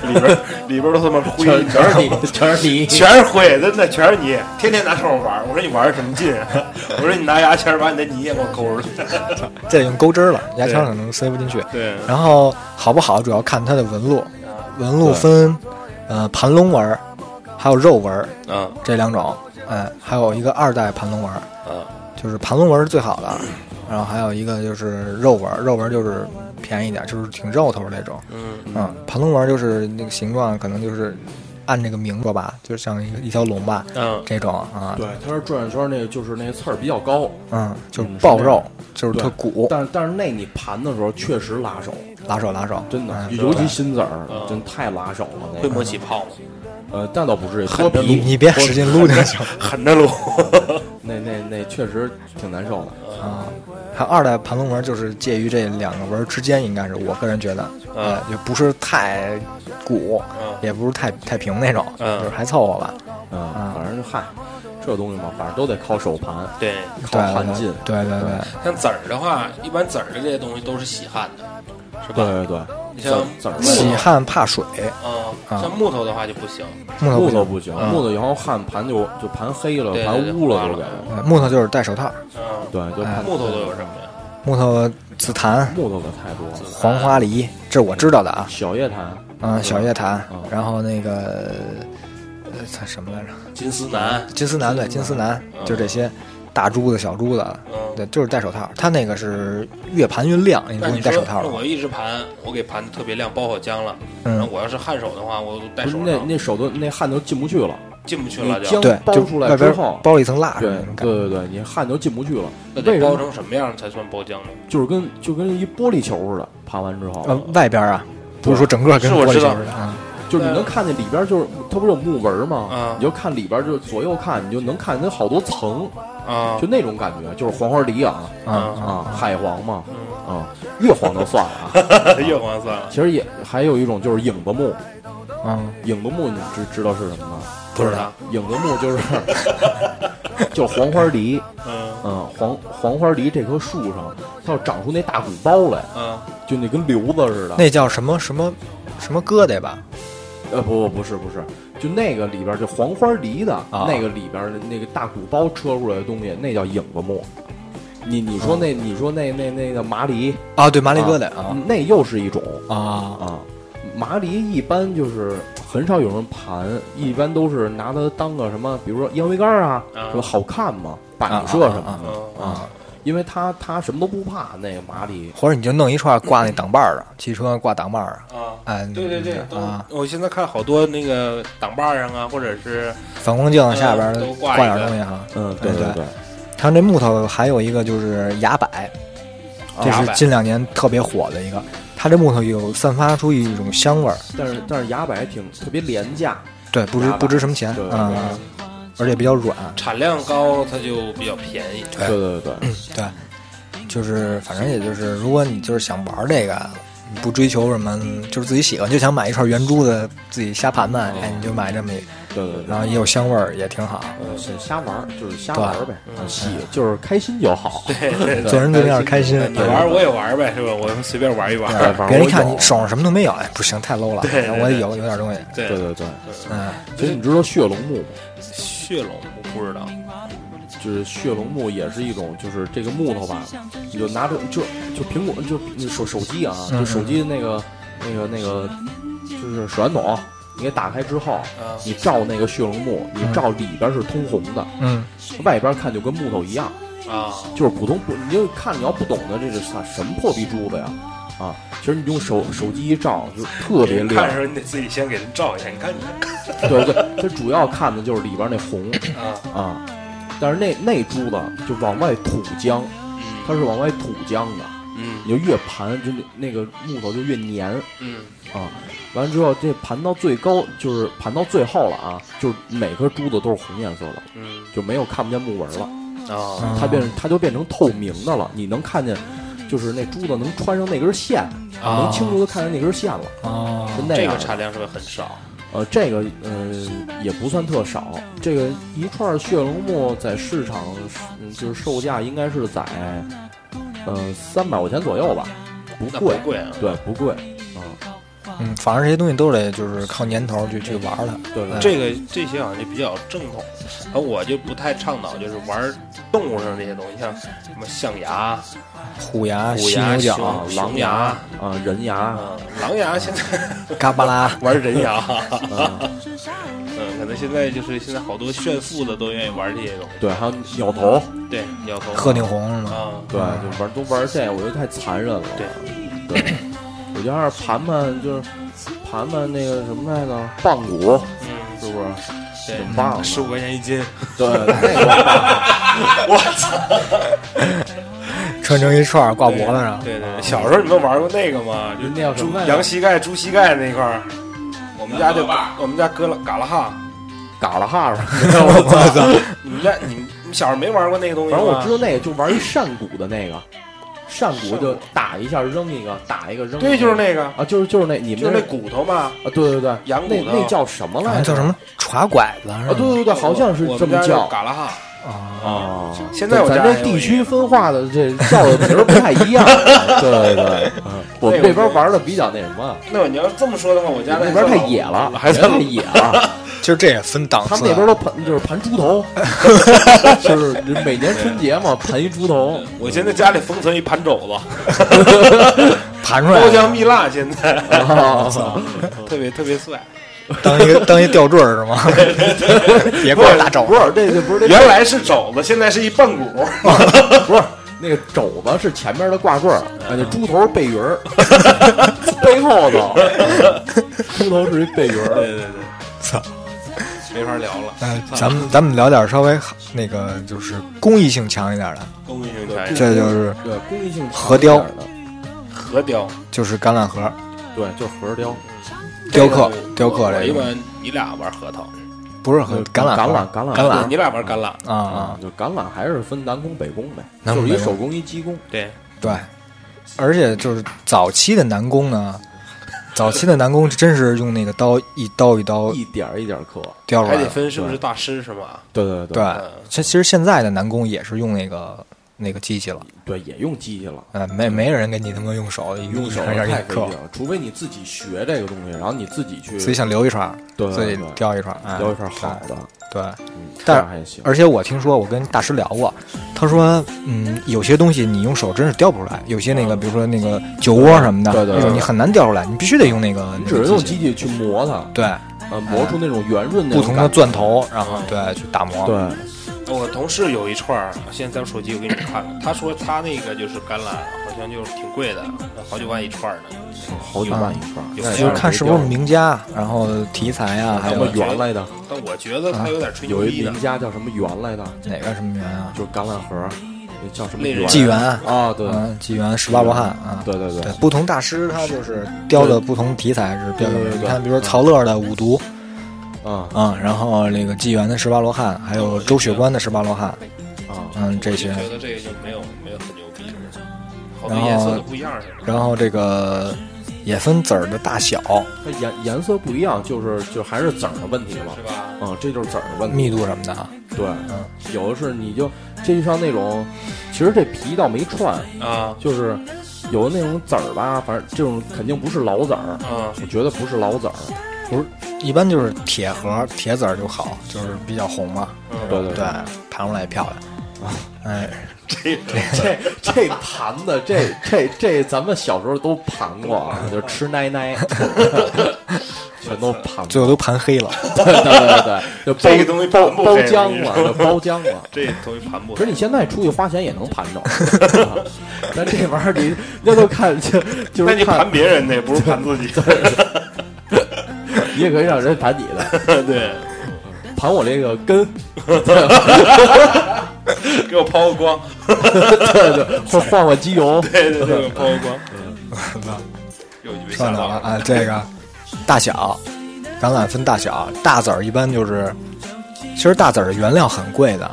里边儿里边儿都他妈灰，
全全是泥，全是泥。
全是灰，真的全是泥，天天拿手玩儿。我说你玩儿什么劲？啊 我说你拿牙签儿把你的泥也给我抠出来。
这已经钩针儿了，牙签儿可能塞不进去。
对
然后好不好主要看它的纹路，纹路分呃盘龙纹儿，还有肉纹儿
嗯
这两种，哎，还有一个二代盘龙纹儿，
嗯
就是盘龙纹儿是最好的，然后还有一个就是肉纹儿，肉纹儿就是便宜一点，就是挺肉头儿那种，
嗯
嗯，盘龙纹儿就是那个形状可能就是按这个名说吧，就像一个一条龙吧
嗯，
这种啊，
对，它是转着圈儿那个，就是那刺儿比较高，
嗯，就是
嗯是
爆
那
肉
样，
就是特
对
鼓，
但但是那你盘的时候确实拉手，
拉手拉手，
真的，
嗯
尤其新籽儿
嗯，
真太拉手了。那
会
个
磨起泡吗？
呃，但倒不至于脱皮，
你你别使劲撸就行。
狠着撸。
那那那确实挺难受的。
啊，还有二代盘龙纹就是介于这两个纹之间，应该是我个人觉得，
嗯
呃，也不是太鼓，
嗯
也不是太太平那种，
嗯
就是还凑合吧。
嗯
啊，
反正就嗨，这东西嘛，反正都得靠手盘，
对，
靠
对
汗劲。
对对对，
像籽儿的话，一般籽儿的这些东西都是吸汗的，是
对
吧？
对对，
你像
籽儿
木
喜
头，
汗怕水，
嗯，
啊
像木头的话就不行。
木头
木
不
头
行，嗯
不行，木头然后汗盘就就盘黑了，
对对对
盘污了就
完
给
了。
呃木头就是戴手套，
嗯，
对，
哎
就盘
木头都有什么呀？
木头紫檀、
木头可太多了，
黄花梨，这是我知道的啊，
小叶檀，
嗯，小叶檀
嗯，
然后那个呃，它什么来着？
金丝楠，
金丝楠对，金丝楠，就这些大珠子、小珠子，啊
嗯
对，就是戴手套。它那个是越盘越亮，如
那
果
你
你戴手套
说
的
那
话
我，一直盘，我给盘的特别亮，包好浆了。
嗯
然后我要是汗手的话，我都戴
不是
手
那
上。
那手都那汗都进不去了，
进不去
你
了就，
姜
对，
包
就
出
外
来之
边
后，
包了一层蜡
对
啊那种感
对
觉。
对对，你汗就进不去了，
那
为
得
什么
包成什么样才算包浆呢？
就是跟就跟一玻璃球似的，爬完之后，
呃，外边啊，不是说整个跟
是我
玻璃
知
球
道
似的啊。
就是你能看见里边就是它不是有木纹吗？
嗯
你就看里边就左右看，你就能看见它好多层，
啊
就那种感觉，就是黄花梨啊
嗯
啊，
啊，
海黄嘛
嗯
啊，越黄就算了啊。
月光算了，
其实也还有一种就是影子木，
嗯，
影子木你知知道是什么吗？
不知道，
影子木就是 就是黄花梨，
嗯
嗯，黄黄花梨这棵树上，它要长出那大鼓包来，
嗯，
就那跟瘤子似的。
那叫什么什么什么疙瘩吧？
呃，不不不是不是，就那个里边儿就黄花梨的、
啊
那个里边儿的那个大鼓包车出来的东西，那叫影子木。你你说那、你说那那那个麻梨，
啊，对，麻
麻
里疙瘩啊
那又是一种
啊
嗯啊。麻梨一般就是很少有人盘，一般都是拿它当个什么，比如说烟灰缸啊，
啊
什么好看嘛，摆设什么
啊
的
嗯
啊因为它它什么都不怕，那个麻梨
或者你就弄一串挂那挡把儿啊，汽车挂挡把儿啊，
啊。
哎，
对对对，都
啊，
我现在看好多那个挡把儿上啊，或者是
反光镜下边
嗯都
挂
挂
点
一个
东西啊。
嗯，
对
对
对它这木头还有一个就是崖柏，
哦
这
崖
是
柏
近两年特别火的一个。它这木头有散发出一种香味儿，
但是但是牙柏还挺特别廉价，
对，不值
崖柏
不值什么钱
对对
啊、而且比较软，
产量高，它就比较便宜。
对
对对对，
对，就是反正也就是，如果你就是想玩这个，你不追求什么，就是自己喜欢，就想买一串圆珠的，自己瞎盘
哦
盘，哎，你就买这么一，
对对对。
然后也有香味儿，也挺好。
呃，是瞎玩儿，就是瞎玩儿
对
呗，喜就是开心就好。
对对对，
做人最重要是开心，
你玩儿我也玩儿呗，是吧？我随便玩一玩儿。
反正
别人一
我
看
有
你手上什么都没有，哎，不行，太 low 了，
对对对
我得有有点东西，
对
对对对，
嗯，
其实你知道血龙木吗？
血龙我不知道，
就是血龙木也是一种，就是这个木头吧，你就拿着就就苹果就你手手机啊，
嗯
就手机的那个那个那个就是水源筒，你给打开之后，
嗯
你照那个血龙木，你照里边是通红的，
嗯，
外边看就跟木头一样，
啊，
就是普通不，你就看你要不懂的这是啥什么破逼珠子呀？啊，其实你用手手机一照就特别亮
看的，时候你得自己先给人照一下，你看你
对对，它主要看的就是里边那红
啊，
啊，但是那那珠子就往外吐浆，它是往外吐浆的，
嗯
你就越盘就那那个木头就越粘
嗯
啊。完了之后，这盘到最高就是盘到最后了啊，就是每颗珠子都是红颜色的，
嗯
就没有看不见木纹了，
啊
嗯
它变它就变成透明的了，你能看见，就是那珠子能穿上那根线，能清楚的看见那根线了，
哦，
是那
啊这
样
个
的。
产量是不是很少？
呃，这个呃也不算特少，这个一串血龙木在市场嗯就是售价应该是在呃三百块钱左右吧，不
那不
贵，
贵啊，
对，不贵，啊、
嗯，反正这些东西都得就是靠年头去去玩儿它，
对对
这个这些好像就比较正统，然后我就不太倡导，就是玩儿动物上这些东西，像什么象牙、啊
虎牙、
虎
犀
牙、
牛角、
熊
狼
熊
牙
牙、
啊、人牙，
嗯，狼牙现在
嘎巴拉，
玩人 牙，
啊，
嗯，可能现在就是现在好多炫富的都愿意玩这些东西，
对，还有鸟头，
对，鸟头、
鹤顶红是吗？
啊，
对，就玩都玩这个，我觉得太残忍了。
对
对，我觉得要是盘盘就是盘盘那个什么来着，棒骨
嗯，
是不是？
对
挺棒的
十五块钱一斤，
对，那个
穿成一串儿挂脖子上，
对对，对小时候你们玩过那个吗？就是
啊那叫什
猪
么来着
羊膝盖、猪膝盖那块儿，我们家就我们家搁了嘎啦哈。
嘎啦哈是吧？ 我操！
你们家你们你们小时候没玩过那个东西
反
吗？
正我知道那个就玩一扇骨的那个，扇骨就打一下扔一个，打一个扔一个。
对，就是那个，
啊，就是就是那你们
就是
那
那骨头嘛。
啊，对对对，
羊骨
那
头
那叫什么
好
来
像
着？
叫什么耍拐子是
啊？对
吗？
对对，好像是
我
这
们
么
家
叫
嘎啦哈。
啊，
啊。
现在我
咱
家
这
还有
地
一
区
个
分化的这叫的名儿不太 一样。对对对，嗯我们这边玩的比较那什么，
那你要这么说的话，我家
那边太野了，还是太野了。
其实这也分档次
他
啊，
们那边都盘就是盘猪头， 就是每年春节嘛，盘一猪头。
我现在家里封存一盘肘子，
盘出来
包
了
浆蜜蜡，现在
啊
特别特别帅。
当一个当一吊坠儿是吗？别给我大肘
不
子
是，这这不是这
原来是肘子，现在是一棒骨。
不是那个肘子是前面的挂坠儿，啊，那猪头是背鱼儿，背后头，猪头是一背鱼儿。
对对对，
操！
没法聊了。
那嗯咱们咱们聊点稍微好那个就是公益性强一点的，
公益性产业，
这就是
对公益性
核雕
强一点
核雕
就是橄榄核
的，对，就是核雕，
雕刻
这个
雕刻
我
这
一
个，
般你俩玩核桃，
不是很橄榄
橄
核
榄嗯橄榄
橄
对
榄
你俩玩橄榄，
啊啊，
就橄榄还是分南宫北宫呗，
南
就
宫
是
北宫
一手工一技工，
对，
对，而且就是早期的南宫呢，早期的南宫真是用那个刀一刀一刀
一点儿一点儿刻。
雕出
还
来
得
的，
分是不是大师是吗？
对对
对，其其实现在的南宫也是用那个那个机器了，
对，也用机器了。
呃，没没人给你他妈用手用
用手
一下
太
一
费
刻
劲，了，除非你自己学这个东西，然后你自己去
自己想留一串，
对
自
对
己
对
雕一串，哎
雕一份好的，
对。
嗯，这
但
样还行。
而且我听说，我跟大师聊过，他说，嗯，有些东西你用手真是雕不出来，有些那个，比如说那个酒窝什么的，
对对对
那种你很难雕出来，你必须得用那个，
你只能用机
器，
器去磨它，
对，
呃，磨出那种圆润
哎不
那种
同
感
的
觉
钻。头，然后对去打磨，
对，
我同事有一串儿，现在在我手机我给你们看看。他说他那个就是橄榄，好像就是挺贵的，好几万一串儿呢。
好几万一串儿，
有
那也
啊就是看是不
没
是
地儿
名家，然后题材啊，还
什
有
么圆来的，
但我觉得他有点吹牛
有一
逼的
啊
名，家叫什么圆来的，
哪个什么园啊，
就是橄榄核，那叫什么
那人
圆
纪元
啊？对，
嗯，纪元十八罗汉啊，
对对
对
对，，
不同大师他就是雕的不同题材是比较有
对
名
对对
你看，比如说曹乐的五毒
啊
啊，然后那个纪元的十八罗汉，还有周雪观的十八罗汉，
啊，
嗯，
我
这
就
些。
觉得这个就没有没有很牛逼，好多颜色都不一样似的。
然后这个也分籽儿的大小、
它颜颜色不一样，就是就还是籽儿的问题嘛
是。吧？
嗯，这就是籽儿的问题。
密度什么的啊。
对，有的是你就这就像那种，其实这皮倒没串，
啊
就是有的那种籽儿吧，反正这种肯定不是老籽儿，
啊，
我觉得不是老籽儿。
一般就是铁盒、铁籽儿就好，就是比较红嘛，
对对
对，盘出来也漂亮。
啊
哎，
这这盘子，这这这，咱们小时候都盘过啊，就吃奶奶，全都盘过。
最后都盘黑 了。
对对对，就包
这个东西
包
盘不
包
黑
浆了，就包浆了。
这东西盘不
可是你现在出去花钱也能盘着，但这玩意儿你那都看就就
那
是
你
看
盘，别人的，不是盘 自己。
你也可以让人盘你的，
对，
盘我这个根，
给我抛个光，
对对，或换我机油，
对对对，给我抛个光。
操
又以为
说
吓
哪
到
了啊？这个大小，橄榄分大小，大籽儿一般就是，其实大籽儿的原料很贵的，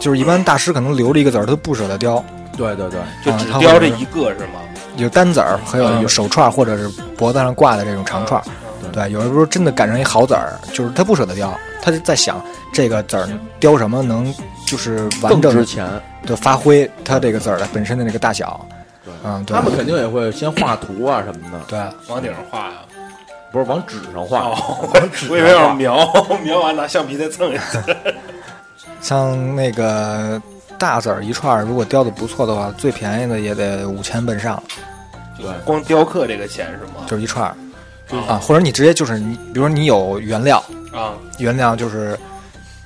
就是一般大师可能留了一个籽儿，他不舍得雕，
对对对，
就
啊
只
他会
雕这一个是吗？
有单籽儿，还有
嗯
手串儿或者是脖子上挂的这种长串儿。
嗯
对，有的时候真的赶上一好籽儿，就是他不舍得雕，他就在想这个籽儿雕什么能就是完
更
整
值钱。
的发挥它这个籽儿的本身的那个大小。嗯，对
他，们肯定也会先画图啊什么的，
对，
往顶上画呀。
不是往纸上画，
哦， 我以为要描， 描完拿橡皮再蹭一蹭。
像那个大籽儿一串儿，如果雕的不错的话，最便宜的也得五千奔上，
光雕刻这个钱是吗？
就是一串儿啊，或者你直接就是你，比如说你有原料，
啊，
原料就是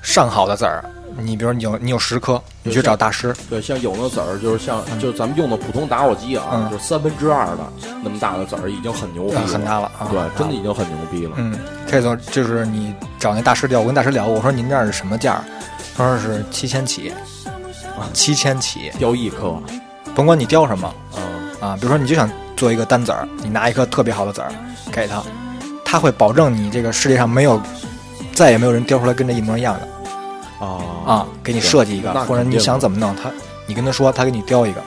上好的籽儿，你比如你有你有十颗，你去找大师，
对，像有那籽儿，就是像就是咱们用的普通打火机啊，
嗯
就是三分之二的那么大的籽儿，已经很牛逼
啊很大
了
了啊很大了
对，真的已经很牛逼了。
嗯，这种就是你找那大师聊，我跟大师聊过，我说您这儿是什么价儿？他说是七千起，啊，七千起，
雕啊一颗，
甭管你雕什么
嗯，
啊，比如说你就想做一个单籽儿，你拿一颗特别好的籽儿给他，他会保证你这个世界上没有再也没有人雕出来跟这一模一样的
啊
啊，给你设计一个
那，肯
或者你
定
想
的
怎么弄，他你跟他说，他给你雕一个。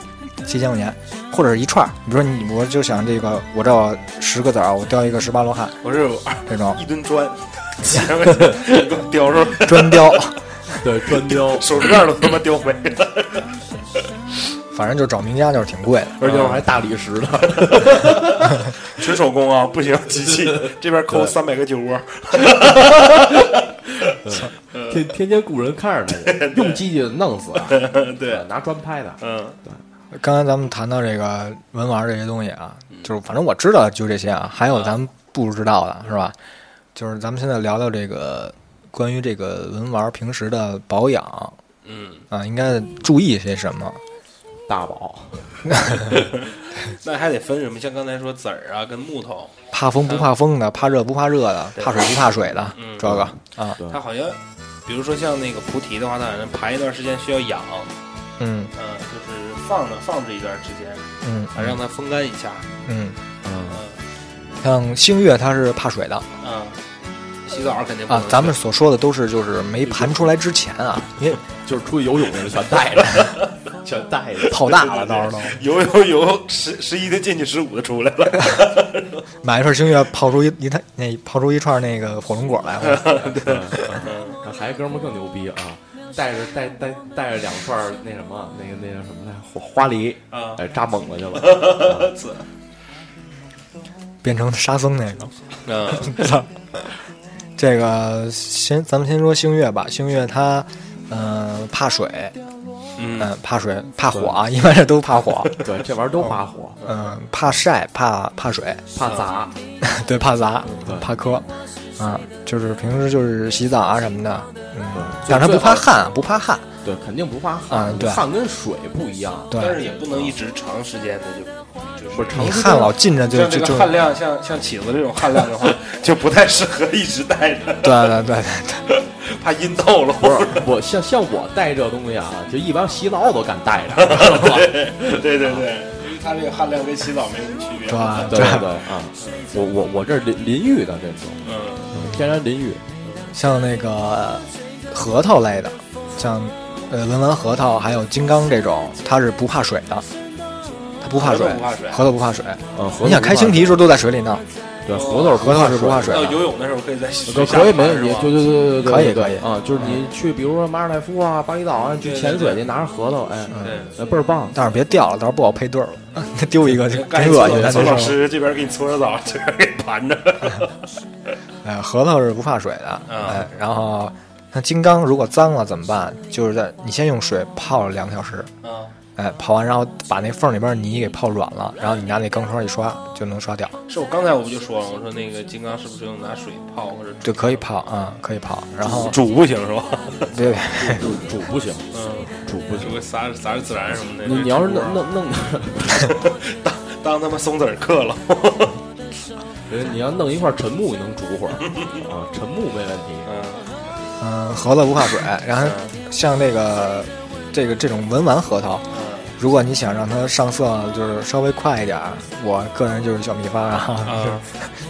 七千块钱，或者是一串儿，比如说你，我就想这个，我这儿有十个籽儿，我雕一个十八罗汉
我是
这种
一 吨砖，几千块钱给我雕出来，
砖雕，
对，砖雕，
手指盖都他妈雕没了。
反正就找名家就是挺贵的。
嗯
而且我还大理石的，
纯啊手工啊，不行，机器这边扣三百个酒窝，
天天天雇人看着他去，用机器弄死啊，
对，
拿砖拍的，
嗯，
刚才咱们谈到这个文玩这些东西啊，
嗯
就是反正我知道的就这些啊，还有咱们不知道的是吧？
嗯
就是咱们现在聊聊这个关于这个文玩平时的保养，
嗯，
啊，应该注意些什么？
大宝
那还得分什么？像刚才说籽儿啊，跟木头，
怕风不怕风的，怕热不怕热的，
对
怕水不怕水的，
嗯
这个啊，
它好像，比如说像那个菩提的话，它好像盘一段时间需要养，
嗯
嗯、就是放着放置一段时间，
嗯
啊，让它风干一下，
嗯，
嗯、
像星月它是怕水的
嗯，洗澡肯定不
啊
能，
咱们所说的都是就是没盘出来之前 啊，因为
就是出去游泳的全带着， 全带着，
泡大了到时 候
游游游十十一的进去，十五的出来了，
买一份星月泡出一一摊那泡出一串那个火龙果来，
嗯还哥们儿更牛逼啊！带着带带带着两串儿那什么那个那叫什么来着花花梨
啊
哎扎猛子去了，啊
变成沙僧那个。
嗯，
这个先咱们先说星月吧，星月它呃怕水，嗯、怕水怕火啊，一般这都怕火，
对这玩意儿都花火，
嗯、怕晒怕怕水，
怕砸，
对怕砸
对
怕磕，啊，就是平时就是洗澡啊什么的，嗯，
对
但是它
最
不怕
好
汗，啊不怕汗，
对肯定不怕汗
嗯，对
汗跟水不一样，
对，
但是也不能一直长时间的就就是
不是
你
长时
汗
间
老浸着就
像
就
这
就
个汗量，像像起子这种汗量的 话，就不太适合一直戴着，
对对对对
怕阴透了。
不是我像像我带这东西啊，就一般洗澡我都敢 带着，
对 对对，因为它这个汗量跟洗澡没什么区别。
对对，
对对对啊，我我我这是淋淋浴的这种
嗯，
天然淋浴，
像那个呃核桃类的，像呃文玩核桃还有金刚这种，它是不怕水的，它不怕水，
不怕水
核桃不怕水。
嗯，
你想开星
皮
皮的时候都在水里弄，
对核桃
核桃是不怕水
到
的。
游泳的时候可以在水
可
下
可以，没
玩
问
是
题
吧，
对对对对对，
可以
对
可以嗯
啊，就是你去，比如说马尔代夫啊、巴厘岛啊，你去
对
潜
对
水去，拿着核桃，哎，
对。
呃倍儿棒。
但是别掉了，到时候不好配对儿了。 那丢一个就
赶
真
紧
恶心，
搓搓
那
老
就是。
师这边给你搓搓澡，这边给你盘着。
哎，核桃是不怕水的。
嗯
哎，然后那金刚如果脏了怎么办？就是在你先用水泡两个小时，
啊，
哎，泡完然后把那缝里边泥给泡软了，然后你拿那钢刷一刷就能刷掉，
是我刚才我不就说了，我说那个金刚是不是用拿水泡或者
就可以泡啊、嗯可以泡。然后
煮不行是吧？
别别
煮煮不行，
嗯，
煮不
就
行。
会撒撒点孜然什么的。
你你要是弄弄弄，
当当他妈松子儿嗑了，
你要弄一块陈木，你能煮 会儿啊？陈木没问题。
嗯，
嗯，核桃不怕水，然后像这个这个这种文玩核桃，如果你想让它上色就是稍微快一点儿，我个人就是小米发啊，
啊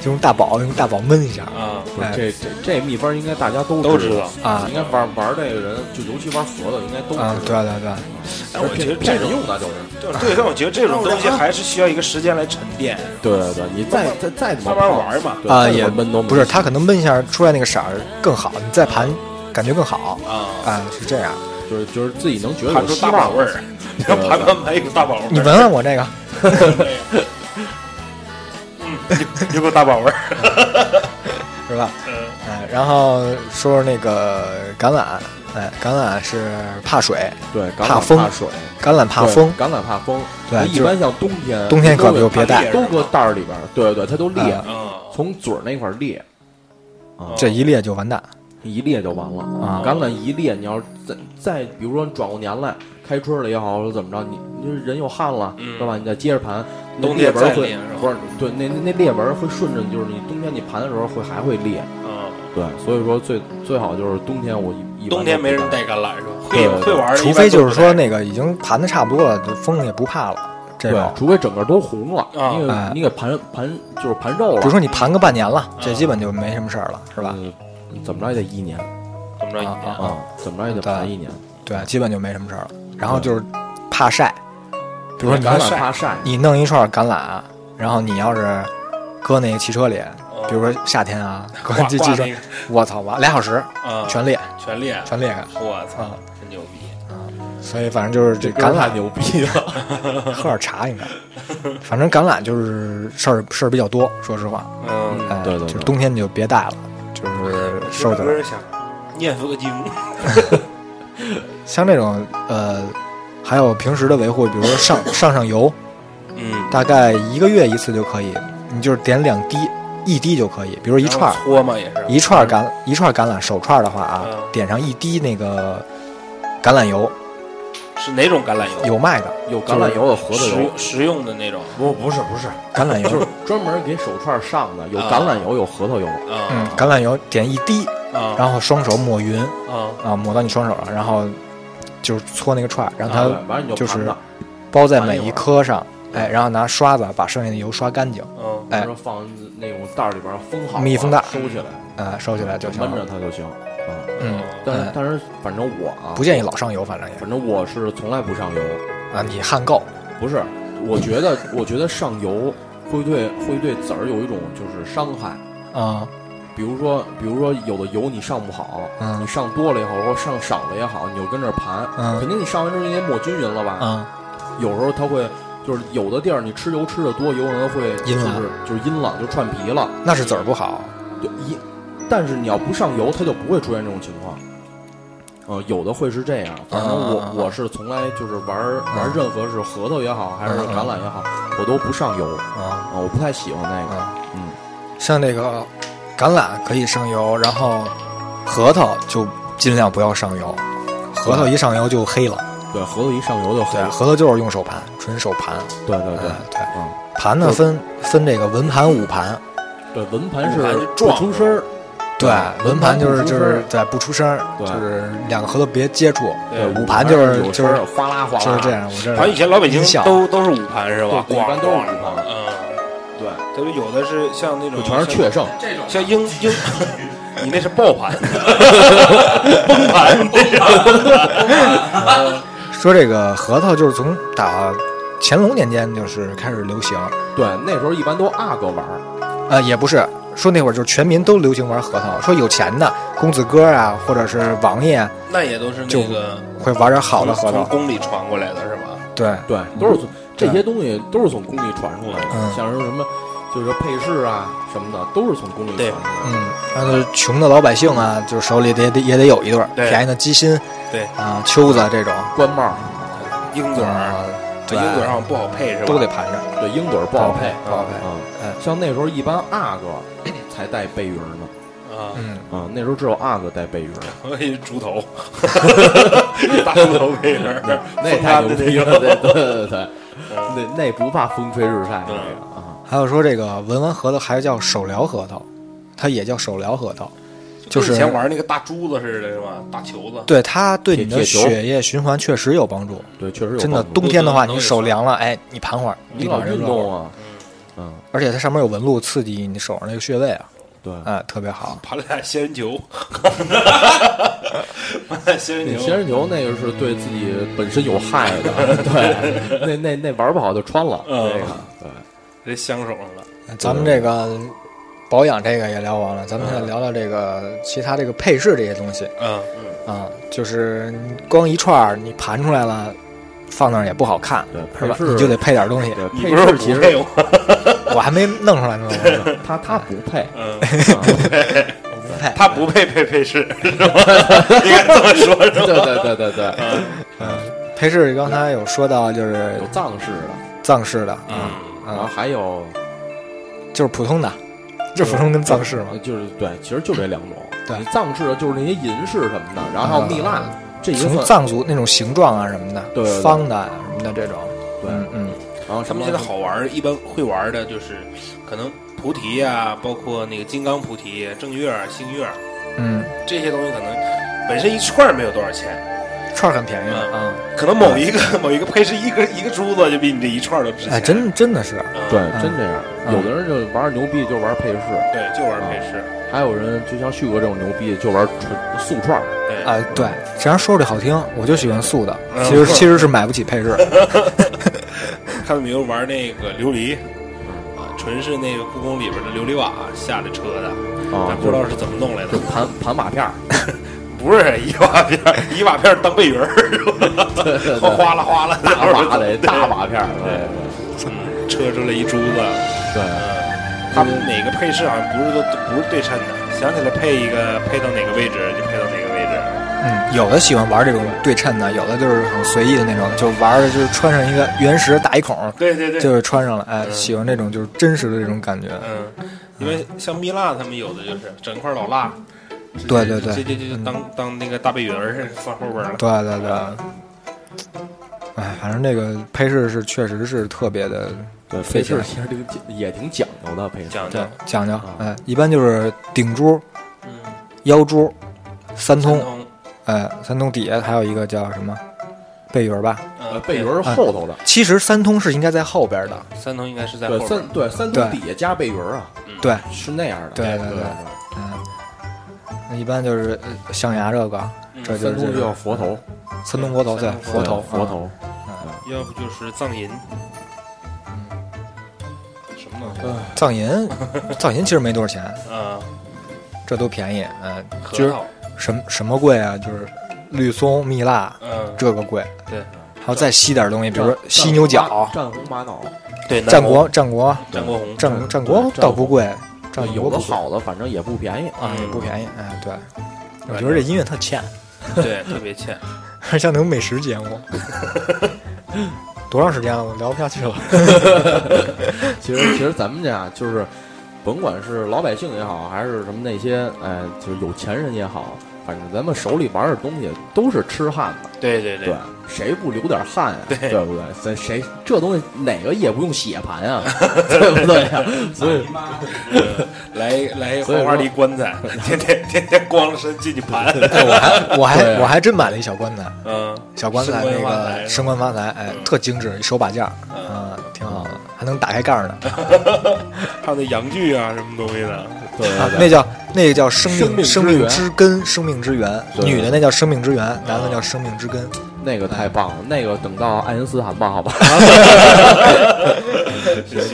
就 用大宝用大宝焖一下
啊，
不是
哎
这这这秘方应该大家都
都知
知
道。
啊
应该玩玩这个人，就尤其玩核桃，应该都
啊，
知
对
道。
对对，
但我
这
觉得
骗人
这种
用的就是。
对对，但我觉得这种东西还是需要一个时间来沉淀。
对对对，你再再再怎么
慢慢
泡
玩嘛
对
啊
再怎
也
么闷都没
不是
事
它可能焖一下出来那个色儿更好，你再盘感觉更好
啊，
啊，是这样。
就是就是自己能觉得
盘
有
出
希
大宝
望
味。儿，
对
盘盘盘一股大宝味儿。
你闻闻我这个，
有股大宝味儿。
是吧？哎，然后说说那个橄榄，哎，橄榄是怕水，
对，橄榄
怕风
怕水，
橄榄怕
对
风，
橄榄怕风。
对啊
它
就
一
是
般像冬天，
冬天可
都
就
有
别
它
带
都搁袋儿里边儿。对对，它都裂
啊，
嗯，
从嘴儿那块儿裂，
这一裂就完蛋。
一裂就完了
啊
橄榄一裂，你要是再再比如说你转过年来，开春了也好，或者怎么着，你你这人又旱了，
嗯
对吧？你再接着盘，那
冬
裂
天
纹
再
会
裂是吧
不是对，那那那裂纹会顺着，就是你冬天你盘的时候会还会裂。
嗯，
对，所以说最最好就是冬天我一一般
冬天
都不
没人
带
带橄榄是吧？会
对
会玩儿的，
除非就是说那个已经盘的差不多了，就风也不怕了，这
对
种，。
除非整个都红了，
啊
你
哎
给你给盘盘就是盘肉
比
了
如，说你盘个半年了，
嗯
这基本就没什么事儿了，是吧？
嗯，怎么着也得一年
怎么着一
啊
年
啊
啊，怎么着也得盘一年。
对，基本就没什么事儿了。然后就是怕晒，比如说你
橄
要
榄
晒，
怕晒，
你弄一串橄榄，然后你要是搁那个汽车里，比如说夏天啊，搁
嗯挂
这
挂
汽车
那，个
我操吧，俩小时
啊，
全裂，
全裂，
全裂开。
我操
啊，
真牛逼！
所以反正就是这
橄
橄
榄
榄，
牛逼了。
喝 点茶应该。反正橄榄就是事儿事儿比较多，说实话，
嗯，
哎，
对对对
就是冬天你就别带了，就是受点儿
歌想念佛经，
像这种呃，还有平时的维护，比如说上上上油，
嗯，
大概一个月一次就可以，你就是点两滴，一滴就可以。比如一串
然
儿
后搓嘛也是
一串儿橄一串儿橄榄手串儿的话啊
嗯，
点上一滴那个橄榄油，
是哪种橄榄油？
有卖的，
有橄榄油，有核桃
食
油
用，食用的那种
不不是不是，
橄榄
就是
油，
专门给手串上的，有橄榄油，有核桃油。
嗯
啊，
橄榄油点一滴，
啊
然后双手抹匀
啊
啊，抹到你双手上，然后就是搓那个串儿，让
啊
它
完了你就
就
盘
是
着
包在每一颗上，
哎
哎，然后拿刷子把剩下的油刷干净，
嗯，
哎
然后放那种袋儿里边儿封好了，
密封袋
收起来，
呃，收起来就行
嗯闷着
了。
它就行。啊，
嗯，
但是
嗯
但是反正我啊，
不建议老上油，反正也
反正我是从来不上油，
啊，你汗够，
不是，我觉得我觉得上油会对会对籽儿有一种就是伤害。
啊，
比如说，比如说有的油你上不好，
嗯
你上多了也好，或者上少了也好，你就跟这儿盘，
嗯
肯定你上完之后你也抹均匀了吧？
啊，
有时候它会就是有的地儿你吃油吃的多，有可能会就
阴了
是就是阴了，就串皮了，
那是籽儿不好，
就一。但是你要不上油，它就不会出现这种情况。呃，有的会是这样，反正我、
啊
我是从来就是玩儿玩儿任何是核桃也好，还是
嗯嗯
橄榄也好，我都不上油
啊
啊、我不太喜欢那个。
啊，
嗯，
像那个橄榄可以上油，然后核桃就尽量不要上油，核桃一上油就黑了，
对，核桃一上油就黑
对，
了。
核桃就是用手盘，纯手盘，
对对对
嗯，对，
嗯。
盘呢分分这个文盘、武盘，
对，文盘是
文盘是
不
撞
出声儿，
对，文盘就
文
是
不
就
出声
是
儿
对不出声儿，
对
就是两个核桃别接触，
对
武盘就是
有
就
声儿
是
哗啦哗啦，
就是这。样，我这
好像以前老北京
音效
都都是五盘是吧？
对一般都是五盘
嗯，
对，
特别有的是像那
就
种
全是雀圣，
像像鹰鹰， 你那是 爆盘，崩盘，崩盘，
说这个核桃就是从打乾隆年间就是开始流行，
对，那时候一般都阿哥玩儿，
呃，也不是说那会儿就是全民都流行玩核桃，说有钱的公子哥啊，或者是王爷
那也都是
就
那个
会玩点好的核桃，
从宫里传过来的是吧？
对，
对，都是从这些东西都是从宫里传出来的，
嗯
像是什么就是配饰啊什么的，都是从宫里传
对
出来的。
嗯，然后就是穷的老百姓啊，就是手里得得也得有一对儿，
对
便宜的鸡心，
对
啊，秋子这种，
官帽儿，
鹰嘴儿，
啊
这
对，
鹰嘴儿好像不好配是吧？
都得盘着，
对，鹰嘴儿不好配，
不好配
嗯
哎，
像那时候一般阿哥才戴背云儿呢，
啊，
嗯，
啊，那时候只有阿哥戴背云儿，
我以为猪头，大猪头配人儿，
那
风
太
干
牛
的
逼
那
了，
个，
对对对对，
嗯
那那不怕风吹日晒那
嗯
个啊，
还有说这个文玩核桃还叫手疗核桃，它也叫手疗核桃，就
跟以
是
前玩那个大珠子似的，是吧？大球子，
对它对你的
铁铁球
血液循环确实有帮助，
对，确实有
真的
帮助
冬天的话
对
你手凉了，哎，你盘会儿，
你
立马
老
就
运
热乎
动啊，嗯，
而且它上面有纹路，刺激你手上那个穴位啊，
对。
哎，特别好。
盘了俩仙人球，盘俩仙人
那
球，
仙人球那个是对自己本身有害 的，对，那那那玩不好就穿了，
嗯
这个对，
这镶手上了，
嗯
咱们这个保养这个也聊完了，咱们现在聊聊这个其他这个配饰这些东西
嗯
啊、就是你光一串儿你盘出来了，放那儿也不好看，
对
是吧？
配饰
你就得配点东西。
对
你
配
不是
饰其
不配
实
我，
我还没弄出来呢，我
他他不配，
嗯，
啊
不配。
他不配配配饰，是吧？应该这么说，是吧？
对对对对对，
嗯
配饰刚才有说到，就是
有藏式的，
藏式的啊，
嗯，
然后
啊，
还有
就是普通的，就是普通跟藏式嘛。
呃就是对，其实就这两种，
对
你藏式的就是那些银饰什么的，然后还有蜜蜡，这也
从
算
藏族那种形状啊什么的，
对对对
方的啊什么的这种，
对，
嗯嗯，
然后
他
什
们
么
现在好玩儿，一般会玩儿的就是可能菩提啊，包括那个金刚菩提、正月儿、啊星月儿
嗯，
这些东西，可能本身一串儿没有多少钱，
串儿很便宜
嗯
啊，
可能某一个 某一个配饰一个一个珠子就比你这一串儿都值钱。
啊
哎，真真的是，
嗯
对，
嗯
真这样，有的人就玩牛逼就玩配饰，
对，就玩儿配饰，
还有人就像旭哥这种牛逼就玩纯素串儿，
对
啊，对，这样说着好听，我就喜欢素的，
嗯
其实其实是买不起配饰，
啊
看到没有玩那个琉璃，啊，纯是那个故宫里边的琉璃瓦下的车的，
啊
咱不知道是怎么弄来的
就，盘盘马片儿，
不是一瓦片儿，一瓦片儿当背云儿，是
对对
吧
对
哗啦哗啦，
大瓦的
的
大瓦片儿，对。
嗯，车出来一珠子，
对，
嗯，他们每个配饰好像不是都不是对称的，想起来配一个配到哪个位置就配到哪个位置，
嗯，有的喜欢玩这种对称的，有的就是很随意的那种，就玩的就是穿上一个原石打一孔，
对对对，
就是穿上了，哎，
嗯
喜欢这种就是真实的这种感觉，
嗯，因为像蜜蜡他们有的就是整块老蜡，
对对对
这这这当当那个大背云儿似的放后边儿了，
对对对，哎，反正这个配饰是确实是特别的
对，
费
配
劲
饰
儿
其实这个也挺讲究的，配饰
讲究，
讲究
啊，
哎，一般就是顶珠、
嗯，
腰珠、三
三
通，
通，
哎，三通底下还有一个叫什么贝鱼儿吧？
呃
呃，，
贝鱼儿是后头的，
其实三通是应该在后边儿的，
对三通应该是哎在
对
后边
三对三
对
通底下加贝鱼儿啊，
嗯
对，
是那样的，
对对
对
对嗯，那一般就是呃象牙这个，
嗯
这就
三
是
通
这
就
个
叫佛头，嗯
三通佛头，对
三，通
佛头，
佛
啊，
头，
要不就是藏银，什么东西？
藏银， 藏银其实没多少钱，
啊，
这都便宜，嗯，
核
就是
桃，
什么什么贵啊，就是绿松、蜜蜡
嗯，
这个贵，
对
还有再稀点儿东西，比如说
战
犀牛角、
战红玛瑙，
对，南
战国、战国、
战国红，
战战
对
国
战
倒不
国
贵，战国
有的
不贵
好的，嗯反正也不便宜。
啊，也不便宜，哎，对，我
对
觉得这音乐特欠，
对，特别欠。
像那种美食节 目。多长时间了？我聊不下去 了。
其实其实咱们家就是，甭管是老百姓也好，还是什么那些哎，就是有钱人也好，反正咱们手里玩的东西都是吃汗的，
对对
对，，谁不流点汗呀、
对
对不对？咱谁这东西哪个也不用血盘啊， 对不对呀、 所
哎
以
来来
所以说
黄哎花梨棺材，天天天天光着身进去盘，
我还我还
对啊
我还真买了一小棺材，
嗯，
小棺材那
升官发
个
财
升官发财，哎，
嗯
特精致，一手把件儿，啊，挺好的，还能打开盖 儿呢。
还有那洋具啊，什么东 西的，
对
啊
对
那
对，
叫那个叫生
生
命
命
生
之
命
源
之根，生命之源。
对嗯
女的那叫生命之源，男的叫生命之根。
那个太棒了，那个等到爱因斯坦吧，好 吧？
行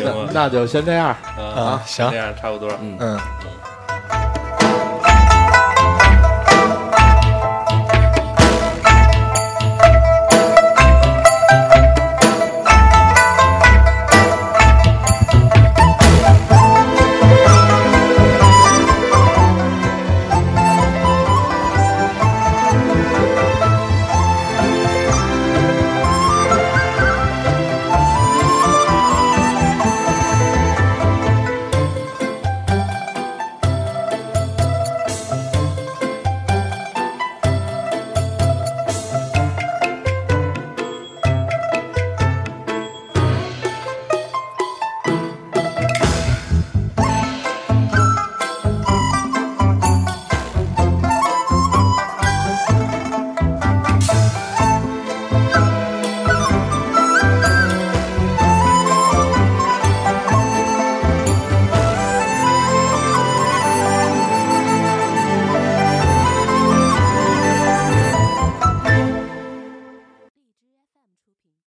那
吗？
那就先这样。
啊
行
这样差不多。
嗯，